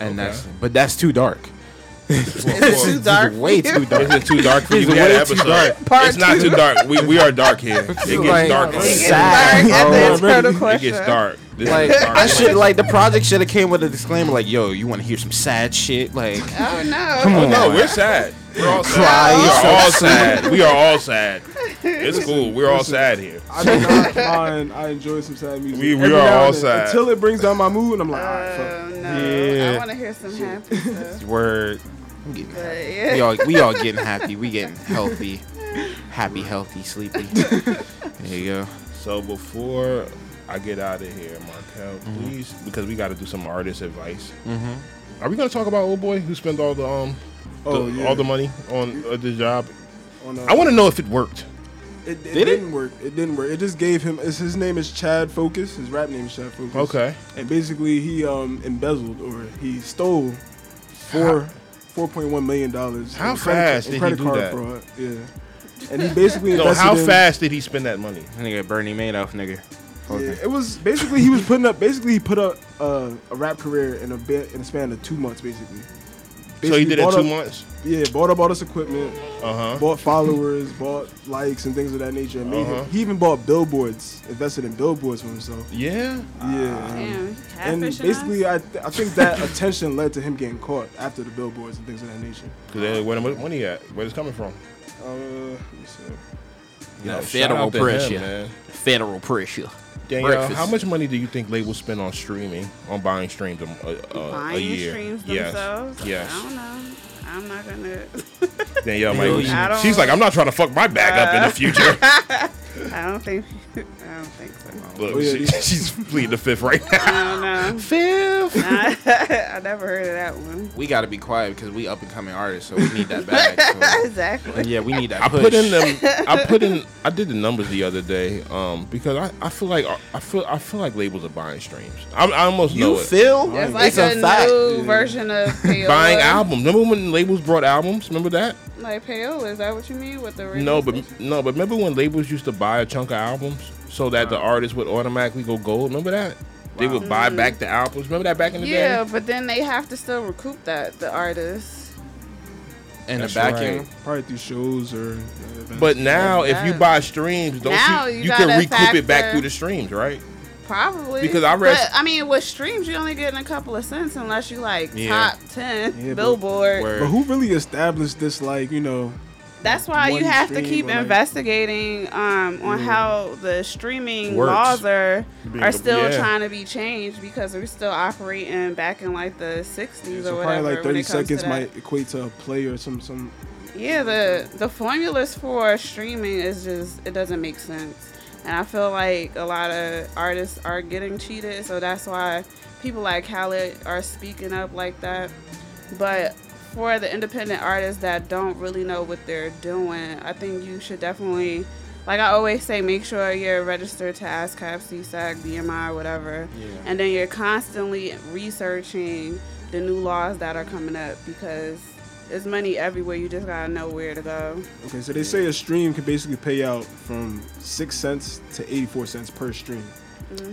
Speaker 5: and
Speaker 2: Okay.
Speaker 5: that's but that's too dark.
Speaker 4: It's too dark.
Speaker 5: Way too
Speaker 2: Is
Speaker 5: dark.
Speaker 2: it too dark for
Speaker 5: It's
Speaker 2: you? We had
Speaker 5: way
Speaker 2: an
Speaker 5: too
Speaker 2: episode.
Speaker 5: dark.
Speaker 2: it's not too dark. We, we are dark here. It gets
Speaker 5: Like,
Speaker 2: dark. on this.
Speaker 4: Dark
Speaker 5: sad, bro.
Speaker 4: at the internal
Speaker 2: It
Speaker 4: question.
Speaker 2: gets dark. This is
Speaker 5: Like
Speaker 2: a dark
Speaker 5: I should
Speaker 2: place.
Speaker 5: like the project should have came with a disclaimer like, "Yo, you want to hear some sad shit? Like,
Speaker 4: Oh no!
Speaker 5: come on,
Speaker 2: No, we're sad. We're all
Speaker 5: Cry,
Speaker 2: sad. We
Speaker 5: so
Speaker 2: are all
Speaker 5: sad.
Speaker 2: sad. We are all sad. It's cool. We're all sad here.
Speaker 3: I do not mind. I enjoy some sad music.
Speaker 2: We- we
Speaker 3: Every
Speaker 2: are
Speaker 3: now
Speaker 2: all
Speaker 3: and then,
Speaker 2: sad.
Speaker 3: Until it brings down my mood, and I'm like, all right, fuck.
Speaker 4: Oh no!
Speaker 5: Yeah.
Speaker 4: I want to hear some happy stuff.
Speaker 5: word." I'm getting
Speaker 4: But
Speaker 5: happy.
Speaker 4: yeah.
Speaker 5: We all we all getting happy. We getting healthy, happy, healthy, sleepy. There you go.
Speaker 2: So before I get out of here, Markel, please, because we got to do some artist advice. Are we going to talk about old boy who spent all the um,
Speaker 3: Oh,
Speaker 2: the-
Speaker 3: yeah.
Speaker 2: all the money on uh, the job?
Speaker 3: On, uh,
Speaker 2: I want to know if it worked.
Speaker 3: It, it
Speaker 5: Did it?
Speaker 3: didn't work. It didn't work. It just gave him. His, his name is Chad Focus. His rap name is Chad Focus.
Speaker 2: Okay.
Speaker 3: And basically, he um embezzled or he stole four four point one million dollars.
Speaker 2: How
Speaker 3: in credit-
Speaker 2: fast
Speaker 3: in
Speaker 2: did he
Speaker 3: credit
Speaker 2: do
Speaker 3: card
Speaker 2: that?
Speaker 3: Fraud. Yeah. And he basically
Speaker 2: So
Speaker 3: invested
Speaker 2: how
Speaker 3: in-
Speaker 2: fast did he spend that money?
Speaker 5: Nigga, Bernie Madoff, nigga.
Speaker 3: Yeah,
Speaker 5: Okay.
Speaker 3: it was basically he was putting up. Basically, he put up uh, a rap career in a bit in a span of two months. Basically.
Speaker 2: so he
Speaker 3: Basically
Speaker 2: did it
Speaker 3: bought
Speaker 2: two
Speaker 3: up-
Speaker 2: months.
Speaker 3: Yeah, bought up all this equipment,
Speaker 2: Uh huh.
Speaker 3: bought followers, bought likes and things of that nature. And made him-
Speaker 2: Uh-huh.
Speaker 3: he even bought billboards, invested in billboards for himself.
Speaker 2: Yeah.
Speaker 3: Yeah.
Speaker 4: Damn,
Speaker 3: and
Speaker 4: catfishing
Speaker 3: basically,
Speaker 4: us?
Speaker 3: I, th- I think that attention led to him getting caught after the billboards and things of that nature.
Speaker 2: Cause they- where the money at? Where it's coming from?
Speaker 3: Uh, let me see.
Speaker 2: You know,
Speaker 5: federal
Speaker 2: shout out to
Speaker 5: pressure.
Speaker 2: man.
Speaker 5: Federal pressure.
Speaker 2: Danielle,
Speaker 5: Breakfast.
Speaker 2: how much money do you think labels spend on streaming, on buying streams um, a, a, uh, a, a
Speaker 4: buying
Speaker 2: year?
Speaker 4: streams
Speaker 2: yes.
Speaker 4: themselves.
Speaker 2: Yes.
Speaker 4: I don't know. I'm not gonna.
Speaker 2: Danielle,
Speaker 4: I
Speaker 2: like,
Speaker 4: don't-
Speaker 2: she's like, I'm not trying to fuck my bag up in the future.
Speaker 4: I don't think. I don't think so.
Speaker 2: Look,
Speaker 3: Oh, yeah,
Speaker 2: she-
Speaker 3: these-
Speaker 2: she's pleading the fifth right now.
Speaker 4: I don't know.
Speaker 5: Fifth.
Speaker 4: I, I never heard of that one.
Speaker 5: We gotta be quiet because we up and coming artists, so we need that bag.
Speaker 4: Exactly.
Speaker 5: So. yeah, we need that.
Speaker 2: I
Speaker 5: push.
Speaker 2: put in them. I put in. I did the numbers the other day, um, because I, I feel like I feel I feel like labels are buying streams. I, I almost know
Speaker 5: You
Speaker 2: it.
Speaker 5: feel?
Speaker 4: It's like a, new version of payola.
Speaker 2: Buying albums. Remember when labels brought albums? Remember that?
Speaker 4: Like payola, is that what you mean with the
Speaker 2: No,
Speaker 4: radio
Speaker 2: but
Speaker 4: station?
Speaker 2: no, but remember when labels used to buy a chunk of albums so that the artist would automatically go gold? Remember that? They would buy back the albums. Remember that back in the
Speaker 4: yeah,
Speaker 2: day?
Speaker 4: but then they have to still recoup that the artists.
Speaker 5: In the
Speaker 2: That's
Speaker 5: back
Speaker 2: right.
Speaker 5: end.
Speaker 3: Probably through shows or. uh, events.
Speaker 2: But now, if you
Speaker 4: Yeah.
Speaker 2: buy streams, don't
Speaker 4: Now
Speaker 2: you,
Speaker 4: you
Speaker 2: you can
Speaker 4: gotta
Speaker 2: recoup it back
Speaker 4: factor-
Speaker 2: through the streams, right?
Speaker 4: Probably
Speaker 2: Because I read-
Speaker 4: But I mean, with streams, you only getting a couple of cents unless you like
Speaker 5: Yeah.
Speaker 4: top ten
Speaker 3: Yeah, but-
Speaker 4: Billboard.
Speaker 5: Word.
Speaker 3: But who really established this? Like you know,
Speaker 4: That's why
Speaker 3: one
Speaker 4: you have to
Speaker 3: stream
Speaker 4: keep
Speaker 3: or, like-
Speaker 4: investigating um, on how the streaming
Speaker 2: Works.
Speaker 4: laws are
Speaker 2: Being a-
Speaker 4: are still
Speaker 2: yeah.
Speaker 4: trying to be changed because we're still operating back in like the 60s or
Speaker 3: so
Speaker 4: whatever.
Speaker 3: probably like
Speaker 4: when
Speaker 3: thirty
Speaker 4: it comes to
Speaker 3: seconds
Speaker 4: that.
Speaker 3: might equate to a play or some some.
Speaker 4: Yeah, the the formulas for streaming is just it doesn't make sense, and I feel like a lot of artists are getting cheated, so that's why people like Khaled are speaking up like that. But for the independent artists that don't really know what they're doing, I think you should definitely, like I always say, make sure you're registered to ASCAP, CSAC, BMI, whatever, and then you're constantly researching the new laws that are coming up because there's money everywhere. You just gotta know where to go.
Speaker 3: Okay, so they say a stream can basically pay out from six cents to eighty-four cents per stream.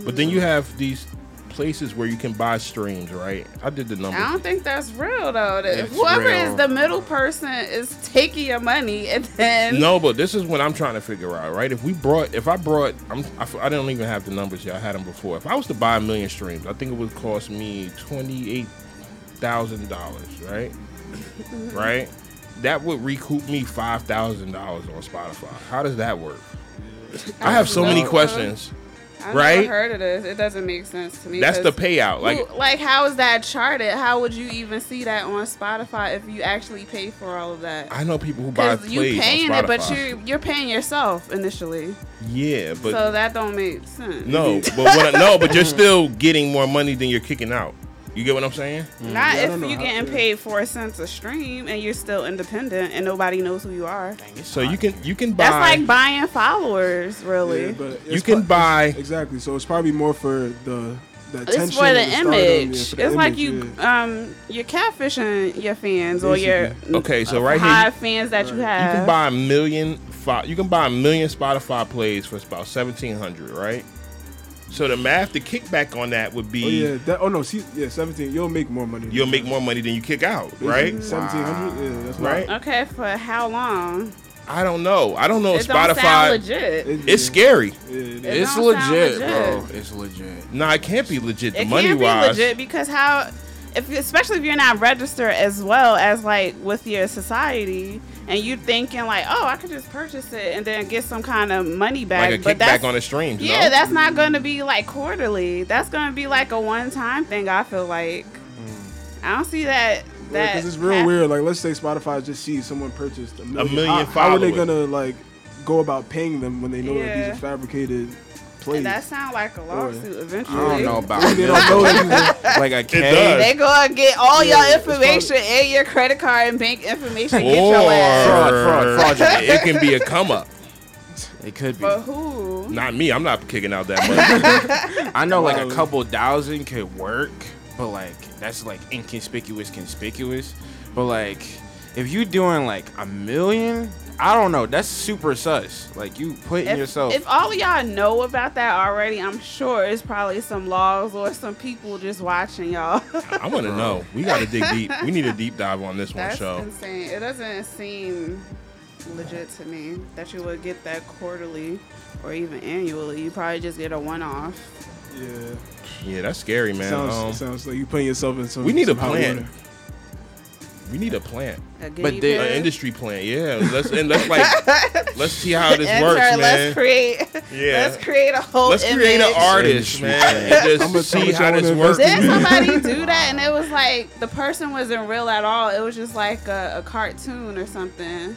Speaker 2: But then you have these places where you can buy streams, right? I did the
Speaker 4: I
Speaker 2: numbers.
Speaker 4: don't think that's real though. That
Speaker 5: It's
Speaker 4: whoever
Speaker 5: real.
Speaker 4: is the middle person is taking your money and then
Speaker 2: No, but this is what I'm trying to figure out, right? If we brought, if I brought, I'm, I, f- I don't even have the numbers here. I had them before. If I was to buy a million streams, I think it would cost me twenty eight thousand dollars, right?
Speaker 4: Mm-hmm.
Speaker 2: right? That would recoup me five thousand dollars on Spotify. How does that work? I have so many
Speaker 4: know.
Speaker 2: questions.
Speaker 4: I've
Speaker 2: Right?
Speaker 4: never heard of this. It doesn't make sense to me.
Speaker 2: That's the
Speaker 4: 'cause
Speaker 2: payout.
Speaker 4: who-
Speaker 2: Like
Speaker 4: like, how is that charted? How would you even see that on Spotify if you actually pay for all of that?
Speaker 2: I know people who buy
Speaker 4: Because
Speaker 2: plays
Speaker 4: you paying
Speaker 2: on
Speaker 4: it, but
Speaker 2: Spotify.
Speaker 4: you you're paying yourself initially,
Speaker 2: yeah, but
Speaker 4: so that don't make sense.
Speaker 2: no, but what I, no, but you're still getting more money than you're kicking out. You get what I'm saying?
Speaker 4: Not
Speaker 3: Yeah, I don't
Speaker 4: if
Speaker 3: know
Speaker 4: you're
Speaker 3: how-
Speaker 4: getting
Speaker 3: yeah.
Speaker 4: paid four cents a stream and you're still independent and nobody knows who you are.
Speaker 2: So you can you can buy
Speaker 4: That's like buying followers, really.
Speaker 3: Yeah, but
Speaker 2: You
Speaker 3: it's
Speaker 2: can
Speaker 3: pro-
Speaker 2: buy-
Speaker 3: it's- exactly. So it's probably more for the the attention.
Speaker 4: it's for the
Speaker 3: and stardom, yeah,
Speaker 4: image.
Speaker 3: for the
Speaker 4: it's
Speaker 3: image,
Speaker 4: like you
Speaker 3: yeah. Oh,
Speaker 4: um you're catfishing your fans or your
Speaker 2: Okay, so right here,
Speaker 4: high
Speaker 2: you-
Speaker 4: fans that you
Speaker 2: you
Speaker 4: have.
Speaker 2: can buy a million fi- you can buy a million Spotify plays for about seventeen hundred, right? So the math, the kickback on that would be
Speaker 3: Oh yeah. That, oh no. See, yeah. Seventeen. You'll make more money.
Speaker 2: you'll make more money than you kick out,
Speaker 3: Mm-hmm.
Speaker 2: right?
Speaker 3: Seventeen hundred. Yeah. That's
Speaker 2: Right?
Speaker 4: okay, for how long?
Speaker 2: I don't know. I don't know if
Speaker 4: it don't sound
Speaker 2: Spotify.
Speaker 4: legit. It,
Speaker 2: It's scary.
Speaker 3: Yeah, it is.
Speaker 4: It
Speaker 5: It's
Speaker 4: don't sound
Speaker 5: legit, bro.
Speaker 4: legit.
Speaker 5: It's legit.
Speaker 2: Nah, it can't be legit. The
Speaker 4: can't
Speaker 2: money
Speaker 4: be
Speaker 2: wise,
Speaker 4: legit because how, if especially if you're not registered as well as like with your society, and you thinking like, oh, I could just purchase it and then get some kind of money back.
Speaker 2: like a
Speaker 4: but that's
Speaker 2: kickback on the streams.
Speaker 4: yeah,
Speaker 2: no?
Speaker 4: that's not going to be like quarterly. That's going to be like a one-time thing. I feel like
Speaker 2: Mm.
Speaker 4: I don't see that. That
Speaker 3: because it's real
Speaker 4: hap-
Speaker 3: weird. Like, let's say Spotify just sees someone purchased a million,
Speaker 2: million
Speaker 3: how, how are they
Speaker 2: followers.
Speaker 3: gonna like go about paying them when they know that
Speaker 4: Yeah.
Speaker 3: these are fabricated plays?
Speaker 4: And that sound like a lawsuit
Speaker 5: I
Speaker 4: eventually.
Speaker 5: don't know about
Speaker 3: they don't
Speaker 5: that.
Speaker 3: know that
Speaker 5: like a
Speaker 2: It
Speaker 5: K.
Speaker 2: does.
Speaker 4: They gonna get all
Speaker 3: Yeah,
Speaker 4: your
Speaker 3: it's probably-
Speaker 4: information and your credit card and bank information. get your ass.
Speaker 5: Fraud, fraud,
Speaker 2: Or
Speaker 5: fraudulent.
Speaker 2: it can be a come up.
Speaker 5: It could be.
Speaker 4: But who?
Speaker 2: Not me. I'm not kicking out that money.
Speaker 5: I know like a
Speaker 3: Wow.
Speaker 5: couple thousand could work, but like that's like inconspicuous, conspicuous. But like if you doing like a million, I don't know. That's super sus. Like you putting
Speaker 4: If,
Speaker 5: yourself.
Speaker 4: if all of y'all know about that already, I'm sure it's probably some laws or some people just watching y'all.
Speaker 2: I want to know. We got to dig deep. We need a deep dive on this one,
Speaker 4: That's
Speaker 2: show.
Speaker 4: insane. It doesn't seem legit to me that you would get that quarterly or even annually. You probably just get a one off.
Speaker 3: you. yeah.
Speaker 2: Yeah, that's scary, man.
Speaker 3: sounds
Speaker 2: Um,
Speaker 3: sounds like you putting yourself in some.
Speaker 2: we need a
Speaker 3: some hot
Speaker 2: plan.
Speaker 3: water.
Speaker 2: we need a plan,
Speaker 5: But they-
Speaker 2: an uh, industry plan. Yeah, let's and let's like let's see how this works, man.
Speaker 4: Let's create.
Speaker 2: Yeah.
Speaker 4: Let's create a whole.
Speaker 2: Let's create an
Speaker 4: image.
Speaker 2: artist, man, and
Speaker 3: How much-
Speaker 2: just see
Speaker 3: how much
Speaker 2: how
Speaker 3: y'all
Speaker 2: this
Speaker 3: wanna
Speaker 2: works.
Speaker 3: invest
Speaker 4: Did somebody do that? And it was like the person wasn't real at all. It was just like a, a cartoon or something.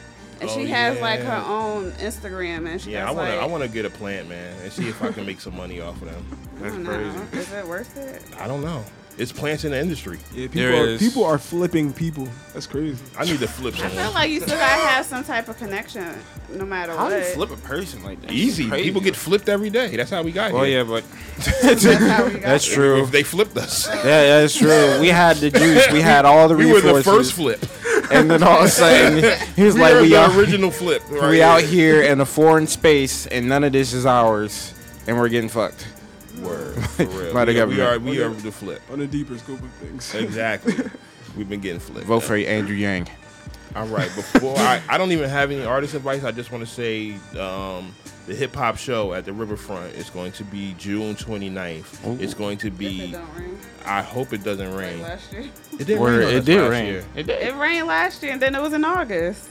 Speaker 2: Oh,
Speaker 4: And she has like
Speaker 2: yeah.
Speaker 4: her own Instagram, and she
Speaker 2: Yeah,
Speaker 4: was
Speaker 2: I want to.
Speaker 4: like,
Speaker 2: I want to get a plant, man, and see if I can make some money off of them.
Speaker 4: I don't know. Is it worth it?
Speaker 2: I don't know. It's plants in the industry.
Speaker 3: Yeah,
Speaker 5: There
Speaker 3: people are,
Speaker 5: is-
Speaker 3: people are flipping people. That's crazy.
Speaker 2: I need to flip
Speaker 4: I feel
Speaker 2: someone.
Speaker 4: like you still gotta have some type of connection, no matter
Speaker 5: how do
Speaker 4: what.
Speaker 5: you flip a person like that?
Speaker 2: Easy.
Speaker 5: Crazy.
Speaker 2: People get flipped every day. That's how we got
Speaker 5: Well,
Speaker 2: here.
Speaker 5: Oh, yeah, but
Speaker 4: That's how we got
Speaker 5: that's
Speaker 4: here.
Speaker 5: true.
Speaker 2: If they flipped us,
Speaker 5: Yeah, that's true. We had the juice. We had all the
Speaker 2: we were
Speaker 5: resources.
Speaker 2: the first flip.
Speaker 5: and then all of a sudden, he was
Speaker 2: We
Speaker 5: like,
Speaker 2: were
Speaker 5: "We
Speaker 2: the
Speaker 5: out,
Speaker 2: original flip. Right
Speaker 5: we out here in a foreign space, and none of this is ours, and we're getting fucked."
Speaker 2: Word, for real.
Speaker 5: By the
Speaker 2: we, are- we are.
Speaker 5: government.
Speaker 2: We are the flip.
Speaker 3: On the deeper scope of things.
Speaker 2: Exactly. We've been getting flipped.
Speaker 5: Vote for Andrew Yang.
Speaker 2: All right. Before I, I don't even have any artist advice. I just want to say um, the hip hop show at the Riverfront is going to be June 29th. It's going to
Speaker 4: If it
Speaker 2: be.
Speaker 4: don't rain,
Speaker 2: I hope it doesn't
Speaker 4: like
Speaker 2: rain.
Speaker 4: last year.
Speaker 2: It didn't
Speaker 5: Word,
Speaker 2: rain. on
Speaker 5: it
Speaker 2: us
Speaker 5: did
Speaker 2: last
Speaker 5: rain.
Speaker 2: year.
Speaker 4: It rained last year, and then it was in August.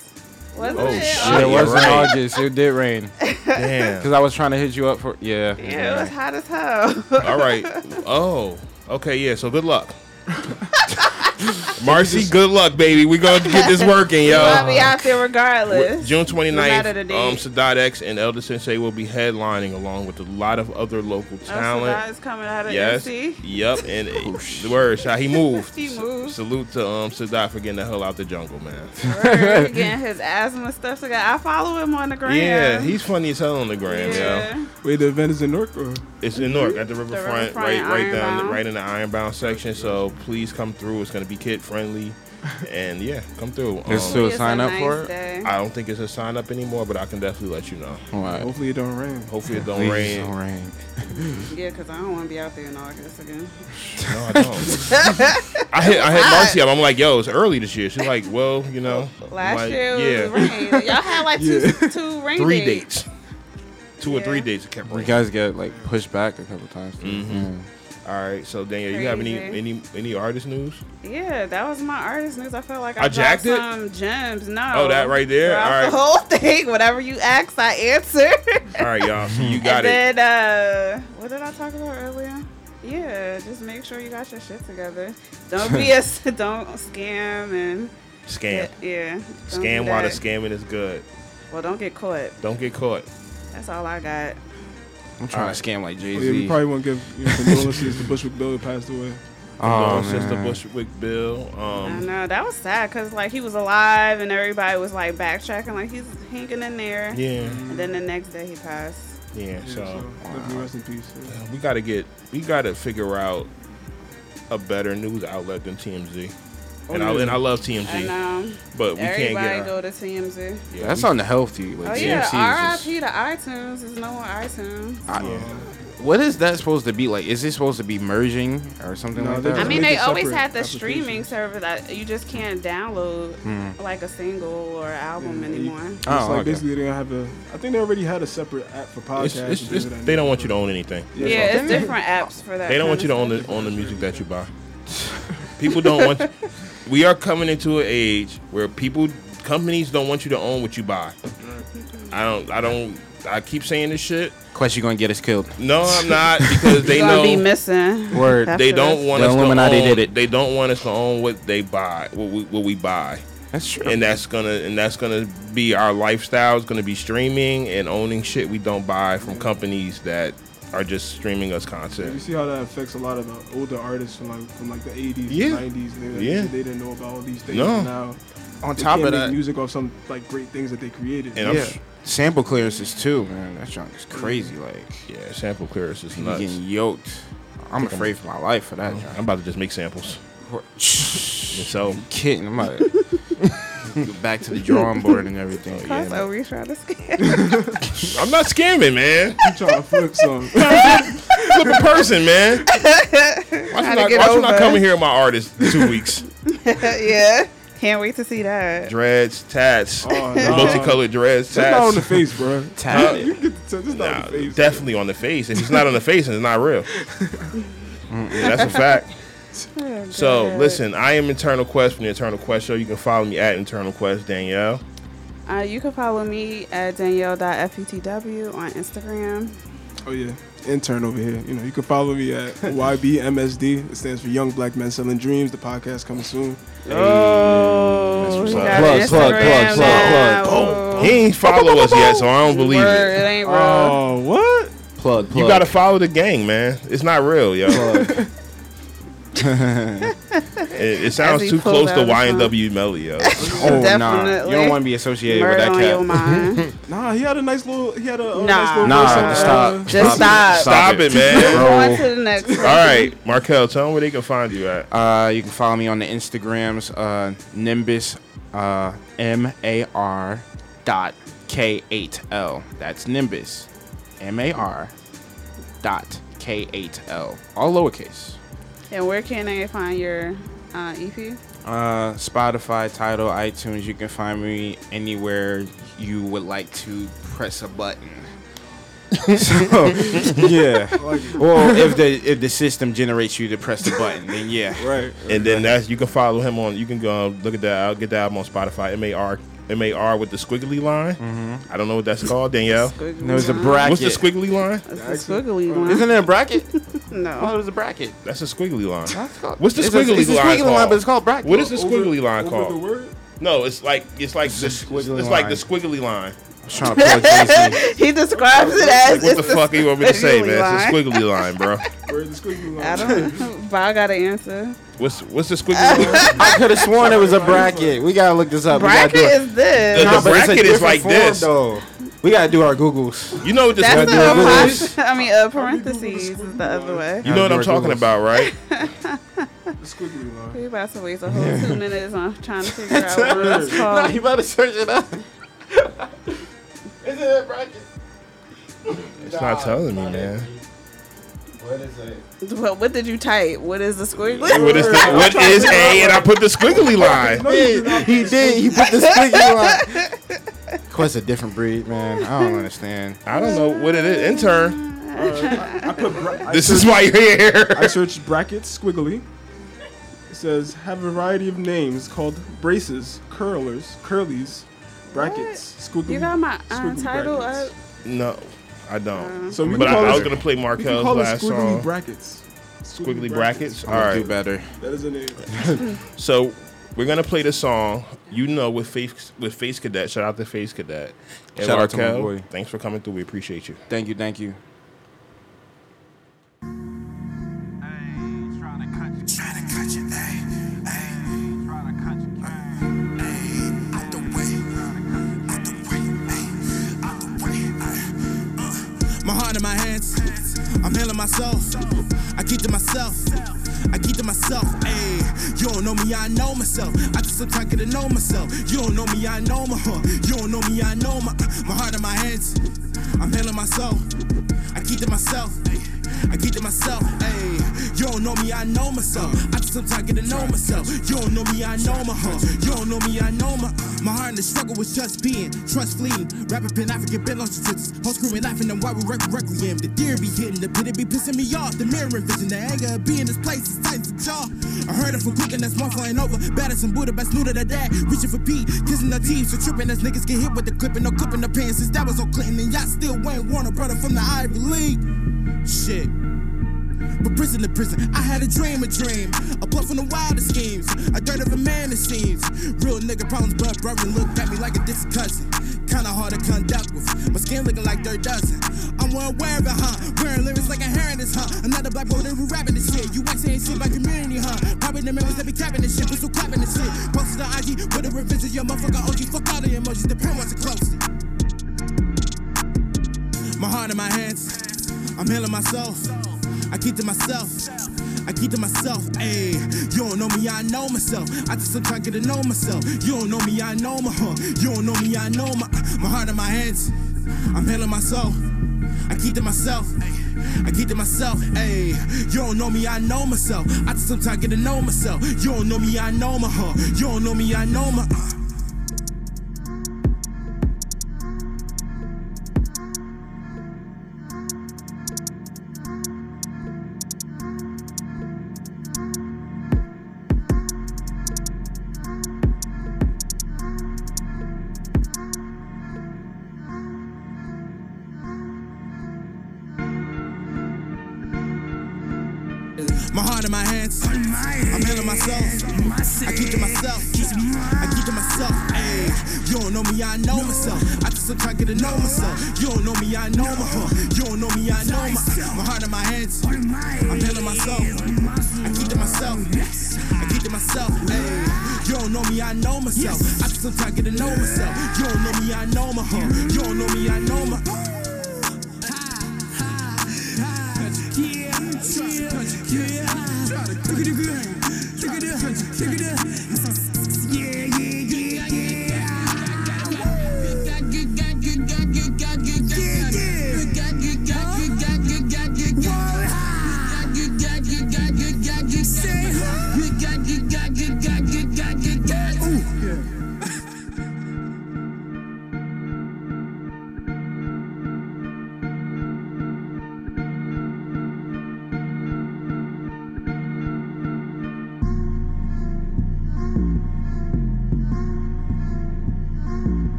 Speaker 4: Wasn't
Speaker 2: Oh,
Speaker 4: it?
Speaker 2: shit.
Speaker 5: Yeah,
Speaker 2: Yeah,
Speaker 5: it was
Speaker 2: right.
Speaker 5: in August. It did rain
Speaker 2: Damn.
Speaker 5: because I was trying to hit you up for yeah.
Speaker 4: Yeah, it was hot as hell.
Speaker 2: All right. Oh. Okay. Yeah. So good luck. Marcy, good luck, baby. We're gonna get this working, yo.
Speaker 4: I'll be out there regardless.
Speaker 2: June
Speaker 4: matter
Speaker 2: 29th,
Speaker 4: the date.
Speaker 2: um, Sadat X and Elder Sensei will be headlining along with a lot of other local
Speaker 4: Oh, Sadat
Speaker 2: talent.
Speaker 4: is coming out of
Speaker 2: yes.
Speaker 4: NC.
Speaker 2: Yep. And
Speaker 5: Oh,
Speaker 2: the word shot. He moved.
Speaker 4: He
Speaker 2: S-
Speaker 4: moved.
Speaker 2: salute to um, Sadat for getting the hell out the jungle, man.
Speaker 4: We're getting his asthma stuff together. I follow him on the gram.
Speaker 2: Yeah, he's funny as hell on the gram, yo.
Speaker 4: yeah.
Speaker 3: Wait, the event is in Newark or?
Speaker 2: It's in Newark at the riverfront,
Speaker 4: riverfront,
Speaker 2: right, right down,
Speaker 4: Ironbound.
Speaker 2: right in the Ironbound section. So please come through. It's gonna be kid friendly, and yeah, come through.
Speaker 5: It's
Speaker 2: Um,
Speaker 5: So
Speaker 4: It's
Speaker 5: sign
Speaker 4: a
Speaker 5: up for it?
Speaker 4: day.
Speaker 2: I don't think it's a sign up anymore, but I can definitely let you know.
Speaker 5: Alright.
Speaker 3: Hopefully it don't rain.
Speaker 2: Hopefully it don't
Speaker 5: Please
Speaker 2: rain.
Speaker 5: don't rain.
Speaker 4: Yeah, because I don't want to be out there in August again.
Speaker 2: No, I don't. I hit, I hit Marcy up. I'm like, yo, it's early this year. She's like, well, you know,
Speaker 4: Last
Speaker 2: like,
Speaker 4: year it was rain. Y'all had like two, two rain
Speaker 2: three
Speaker 4: dates.
Speaker 2: dates, two or
Speaker 4: Yeah.
Speaker 2: three dates it kept
Speaker 5: You
Speaker 2: raining.
Speaker 5: guys get like pushed back a couple times. too. Yeah.
Speaker 2: All right, so Daniel, you have any
Speaker 4: Crazy.
Speaker 2: any any artist news?
Speaker 4: Yeah, that was my artist news. I felt like I,
Speaker 2: I jacked
Speaker 4: dropped
Speaker 2: it?
Speaker 4: some gems. No.
Speaker 2: Oh, that right there?
Speaker 4: Throughout
Speaker 2: All right.
Speaker 4: The whole thing, whatever you ask, I answer.
Speaker 2: All right, y'all, so you got
Speaker 4: and
Speaker 2: it.
Speaker 4: then uh, What did I talk about earlier? Yeah, just make sure you got your shit together. Don't be a s- don't scam and
Speaker 2: Scam.
Speaker 4: yeah. don't
Speaker 2: Scam
Speaker 4: do
Speaker 2: while the
Speaker 4: that.
Speaker 2: scamming is good.
Speaker 4: Well, don't get caught.
Speaker 2: Don't get caught.
Speaker 4: That's all I got.
Speaker 5: I'm trying to scam like Jay
Speaker 3: Oh, yeah, we
Speaker 5: Z.
Speaker 3: probably won't give you know, condolences to Bushwick Bill who passed away.
Speaker 2: Oh, Sister Bushwick Bill.
Speaker 4: I
Speaker 2: Um,
Speaker 4: know that was sad because like he was alive and everybody was like backtracking, like he's hanging in there.
Speaker 2: yeah,
Speaker 4: And then the next day he passed.
Speaker 2: yeah.
Speaker 3: Yeah,
Speaker 2: So
Speaker 3: definitely rest in peace. yeah.
Speaker 2: we gotta get, we gotta figure out a better news outlet than TMZ.
Speaker 3: Oh,
Speaker 2: and, I,
Speaker 3: yeah.
Speaker 2: and I love TMZ,
Speaker 4: I know.
Speaker 2: but we can't
Speaker 4: Everybody
Speaker 2: get. Our,
Speaker 4: go to TMZ.
Speaker 2: yeah,
Speaker 5: That's
Speaker 2: we-
Speaker 5: unhealthy.
Speaker 4: Oh
Speaker 5: Like
Speaker 4: yeah,
Speaker 5: TMC is
Speaker 4: RIP to iTunes. There's no more iTunes.
Speaker 5: just- I- what is that supposed to be like? Is it supposed to be merging or something
Speaker 3: No,
Speaker 5: like
Speaker 3: they're
Speaker 5: that?
Speaker 4: I
Speaker 3: Just
Speaker 4: mean,
Speaker 3: make
Speaker 4: they
Speaker 3: it
Speaker 4: always
Speaker 3: separate
Speaker 4: had the
Speaker 3: applications.
Speaker 4: streaming service that you just can't download
Speaker 2: Hmm.
Speaker 4: like a single or album
Speaker 3: Yeah, and you-
Speaker 4: anymore.
Speaker 3: It's
Speaker 5: Oh,
Speaker 3: like
Speaker 5: okay.
Speaker 3: basically they don't have a. I think they already had a separate app for
Speaker 2: it's- it's-
Speaker 3: podcasts. and
Speaker 2: it's-
Speaker 3: things of that
Speaker 2: they don't
Speaker 3: nature.
Speaker 2: want you to own anything.
Speaker 3: Yeah,
Speaker 4: yeah,
Speaker 3: so-
Speaker 4: it's different apps for that.
Speaker 2: They don't
Speaker 4: kind
Speaker 2: want
Speaker 4: of
Speaker 2: you to
Speaker 4: stuff.
Speaker 2: own the own the music that you buy. People don't want. We are coming into an age where people companies don't want you to own what you buy. I don't. I don't. I keep saying this shit.
Speaker 5: Quest, you gonna get us killed.
Speaker 2: No, I'm not because they
Speaker 4: You're gonna be
Speaker 2: know
Speaker 4: missing.
Speaker 5: Word.
Speaker 4: after
Speaker 2: they
Speaker 4: this.
Speaker 2: don't want
Speaker 5: The
Speaker 2: us
Speaker 5: Illuminati
Speaker 2: to own.
Speaker 5: did it.
Speaker 2: They don't want us to own what they buy, what we, what we buy,
Speaker 5: That's true.
Speaker 2: and that's gonna and that's gonna be our lifestyle. It's gonna be streaming and owning shit we don't buy from companies that are just streaming us
Speaker 3: You
Speaker 2: content.
Speaker 3: see how that affects a lot of the older artists from like from like the 80s,
Speaker 2: Yeah.
Speaker 3: and 90s. and They, like,
Speaker 2: Yeah.
Speaker 3: they didn't know about all these things.
Speaker 2: No.
Speaker 3: and Now
Speaker 5: on
Speaker 3: they
Speaker 5: top
Speaker 3: can't
Speaker 5: of
Speaker 3: make
Speaker 5: that,
Speaker 3: music off some like great things that they created.
Speaker 2: And I'm
Speaker 5: yeah,
Speaker 2: s-
Speaker 5: sample clearances too, man. That junk is crazy. Like
Speaker 2: yeah, sample clearance is
Speaker 5: people
Speaker 2: nuts.
Speaker 5: getting yoked. I'm afraid for my life for that.
Speaker 2: I'm about to just make samples.
Speaker 5: Junk.
Speaker 2: And so
Speaker 5: kidding. I'm about to go back to the drawing board and everything.
Speaker 4: Plus,
Speaker 5: Yeah,
Speaker 4: oh, we trying to scam.
Speaker 2: I'm not scamming, man.
Speaker 3: I'm trying to flip some.
Speaker 2: Flip a person, man. Why should
Speaker 4: to
Speaker 2: I,
Speaker 4: get
Speaker 2: why should I
Speaker 4: over
Speaker 2: come
Speaker 4: it.
Speaker 2: in here with my artist in two weeks?
Speaker 4: yeah, can't wait to see that.
Speaker 2: Dreads, tats,
Speaker 3: Oh,
Speaker 2: the
Speaker 3: nah.
Speaker 2: multicolored dreads,
Speaker 3: That's not on
Speaker 2: tats.
Speaker 3: the face, bro.
Speaker 5: Tap
Speaker 3: You get the tell. That's not
Speaker 2: Nah,
Speaker 3: on the face.
Speaker 2: definitely on the face. If it's not on the face, it's not real. Yeah, that's a fact.
Speaker 4: Oh,
Speaker 2: So
Speaker 4: God.
Speaker 2: listen, I am Internal Quest from the Internal Quest Show. You can follow me at Internal Quest Danielle.
Speaker 4: Uh, you can follow me at danielle.fetw on Instagram.
Speaker 3: Oh yeah, intern over here. You know, you can follow me at YBMSD. It stands for Young Black Men Selling Dreams. The podcast coming soon.
Speaker 4: Oh,
Speaker 2: what's
Speaker 4: he
Speaker 2: up.
Speaker 4: got
Speaker 5: Plug,
Speaker 4: an
Speaker 5: plug, plug,
Speaker 4: Instagram
Speaker 5: plug,
Speaker 4: now.
Speaker 2: He ain't follow us yet, so I don't believe
Speaker 4: Word,
Speaker 2: it.
Speaker 4: it ain't real.
Speaker 3: Oh what?
Speaker 5: plug, plug.
Speaker 2: You gotta follow the gang, man. It's not real, yo.
Speaker 5: plug.
Speaker 2: It, it sounds
Speaker 4: he
Speaker 2: too close
Speaker 4: pulls
Speaker 2: to
Speaker 4: out his phone.
Speaker 2: YNW Melly, yo.
Speaker 5: oh nah, you
Speaker 4: Definitely.
Speaker 5: don't want to be associated
Speaker 4: Murder on
Speaker 5: with
Speaker 4: your
Speaker 5: that cat.
Speaker 4: mind.
Speaker 3: Nah, he had a nice little. He had a, a nice
Speaker 4: Nah.
Speaker 3: little.
Speaker 5: Nah,
Speaker 3: voice on
Speaker 4: Uh,
Speaker 3: that,
Speaker 5: stop.
Speaker 3: uh,
Speaker 4: Just stop.
Speaker 2: Stop it, man.
Speaker 5: Bro.
Speaker 4: Go on to the next.
Speaker 2: All right, Markel, tell them where they can find you at.
Speaker 5: Uh, you can follow me on the Instagrams, uh, Nimbus, uh, M A R dot K eight L. That's Nimbus, M A R dot K eight L. All lowercase.
Speaker 4: And where can they find your uh, EP?
Speaker 5: Uh, Spotify, title, iTunes. You can find me anywhere you would like to press a button. so, yeah. Well, if the if the system generates you to press the button, then yeah.
Speaker 3: Right.
Speaker 2: And then that's you can follow him on. You can go um, look at that. I'll get the album on Spotify. M A R M A R with the squiggly line. I don't know what that's called, Danielle.
Speaker 4: Squiggly
Speaker 5: There was a
Speaker 4: line.
Speaker 5: bracket.
Speaker 2: What's the squiggly line?
Speaker 4: It's the squiggly one.
Speaker 5: Isn't it a bracket? Oh,
Speaker 4: No.
Speaker 5: it was a bracket.
Speaker 2: That's a squiggly line.
Speaker 5: That's called-
Speaker 2: What's the
Speaker 5: it's a-
Speaker 2: squiggly
Speaker 5: it's a
Speaker 2: line
Speaker 5: squiggly
Speaker 2: called?
Speaker 5: but it's called bracket.
Speaker 2: What is the
Speaker 3: Over-
Speaker 2: squiggly line
Speaker 3: over The
Speaker 2: called?
Speaker 3: word?
Speaker 2: No, it's like it's like the,
Speaker 5: It's a squiggly
Speaker 2: it's like
Speaker 5: line.
Speaker 2: the squiggly line.
Speaker 5: I'm trying to plug Jay-Z.
Speaker 4: he describes it as.
Speaker 2: Like, what the
Speaker 4: it's
Speaker 2: fuck you want me to say,
Speaker 4: squiggly
Speaker 2: man?
Speaker 4: line.
Speaker 2: It's a squiggly line, bro.
Speaker 3: Where the squiggly line?
Speaker 4: I don't know. But I got an answer.
Speaker 2: What's what's the squiggly line?
Speaker 5: I could have sworn it was a bracket. We gotta look this up.
Speaker 4: Bracket
Speaker 5: we gotta do
Speaker 4: is this.
Speaker 2: The-
Speaker 5: Nah,
Speaker 2: the
Speaker 5: but it's a
Speaker 2: bracket is
Speaker 5: different
Speaker 2: like
Speaker 5: form,
Speaker 2: this.
Speaker 5: Though. We gotta do our Googles.
Speaker 2: You know what this
Speaker 4: That's the
Speaker 5: gotta do it.
Speaker 4: apostrophe. I mean, uh, parentheses is the other way.
Speaker 2: you know what I'm talking about, right?
Speaker 3: The squiggly line.
Speaker 4: We about to waste a whole two minutes on trying to figure out what that's
Speaker 5: Nah,
Speaker 4: called.
Speaker 5: you better search it up. is it a bracket?
Speaker 2: It's not telling me, man.
Speaker 5: What is it?
Speaker 4: What, what did you type? What is the squiggly?
Speaker 2: What is the, what is a? And I put the squiggly line.
Speaker 5: he did. He put the squiggly line. Quest a different breed, man. I don't understand.
Speaker 2: I don't know what it is. Intern,
Speaker 3: I put. Bra- I
Speaker 2: this is why you're here.
Speaker 3: I searched brackets squiggly. It says have a variety of names called braces, curlers, curlies, brackets, squiggly.
Speaker 4: You got my uh,
Speaker 3: squiggly
Speaker 4: title up.
Speaker 3: brackets.
Speaker 2: No. I don't.
Speaker 3: So we
Speaker 2: but
Speaker 3: can
Speaker 2: I,
Speaker 3: call
Speaker 2: I
Speaker 3: this-
Speaker 2: was gonna play
Speaker 3: We can
Speaker 2: Markel's
Speaker 3: call it
Speaker 2: last
Speaker 3: squiggly
Speaker 2: song.
Speaker 3: brackets.
Speaker 2: Squiggly brackets. All
Speaker 5: All right. Do
Speaker 2: right.
Speaker 5: better.
Speaker 3: That is a name.
Speaker 2: So we're gonna play the song you know with Face with Face Cadet. Shout out to Face Cadet. And
Speaker 5: Shout out to my
Speaker 2: Markel,
Speaker 5: boy.
Speaker 2: Thanks for coming through. We appreciate you.
Speaker 5: Thank you. Thank you.
Speaker 1: My heart in my hands, I'm healing myself. I keep to myself, I keep to myself. Ayy, you don't know me, I know myself. I just sometimes get to know myself. You don't know me, I know my heart. You don't know me, I know my my heart in my hands. I'm healing myself. I keep to myself. I keep to myself. Ayy, you don't know me, I know myself. I just sometimes get to know myself. You don't know me, I know my heart. You don't know me, I know my my heart in the struggle with just being, trust fleeing. Rapping been African, been lost since. Whole screaming, laughing, and why we wreck requiem. The deer be hitting, the pit it be pissing me off. The mirror envision, the anger of being this place is tight as a jaw. I heard it from quick and that's one flying over. Baddest and Buddha, best new to the dad. Reaching for P, kissing the teeth, so tripping as niggas get hit with the clip and no clip in the pants. Since that was on Clinton, and y'all still ain't Warner, brother from the Ivy League. Shit. But prison to prison, I had a dream, a dream. A bluff on the wildest schemes, a dirt of a man it seems. Real nigga problems, but brother looked at me like a distant cousin. Kinda hard to conduct with, my skin looking like dirt dozen. I'm well aware of it, huh? Wearing lyrics like a heron is, huh? Another black boy that who rapping this shit. You ain't saying shit by community, huh? Probably the members that be capping this shit, but still clapping this shit. Posted on IG with a revision, your motherfucker OG. Fuck all the emojis, the pen wants it closely. My heart in my hands. I'm healing myself. I keep to myself. I keep to myself. Ayy, you don't know me, I know myself. I just sometimes get to know myself. You don't know me, I know my heart. You don't know me, I know my my heart in my hands. I'm healing myself. I keep to myself. I keep to myself. Ayy, you don't know me, I know myself. I just sometimes get to know myself. You don't know me, I know my heart. You don't know me, I know my. My heart in my hands. I'm healing myself. I keep to myself. I keep to myself. Ayy, you don't know me, I know myself. I just sometimes get to know myself. You don't know me, I know my heart. You don't know me, I know my. My heart in my hands. I'm healing myself. I keep to myself. I keep to myself. Ayy, you don't know me, I know myself. I just sometimes get to know myself. You don't know me, I know my heart. You don't know me, I know my.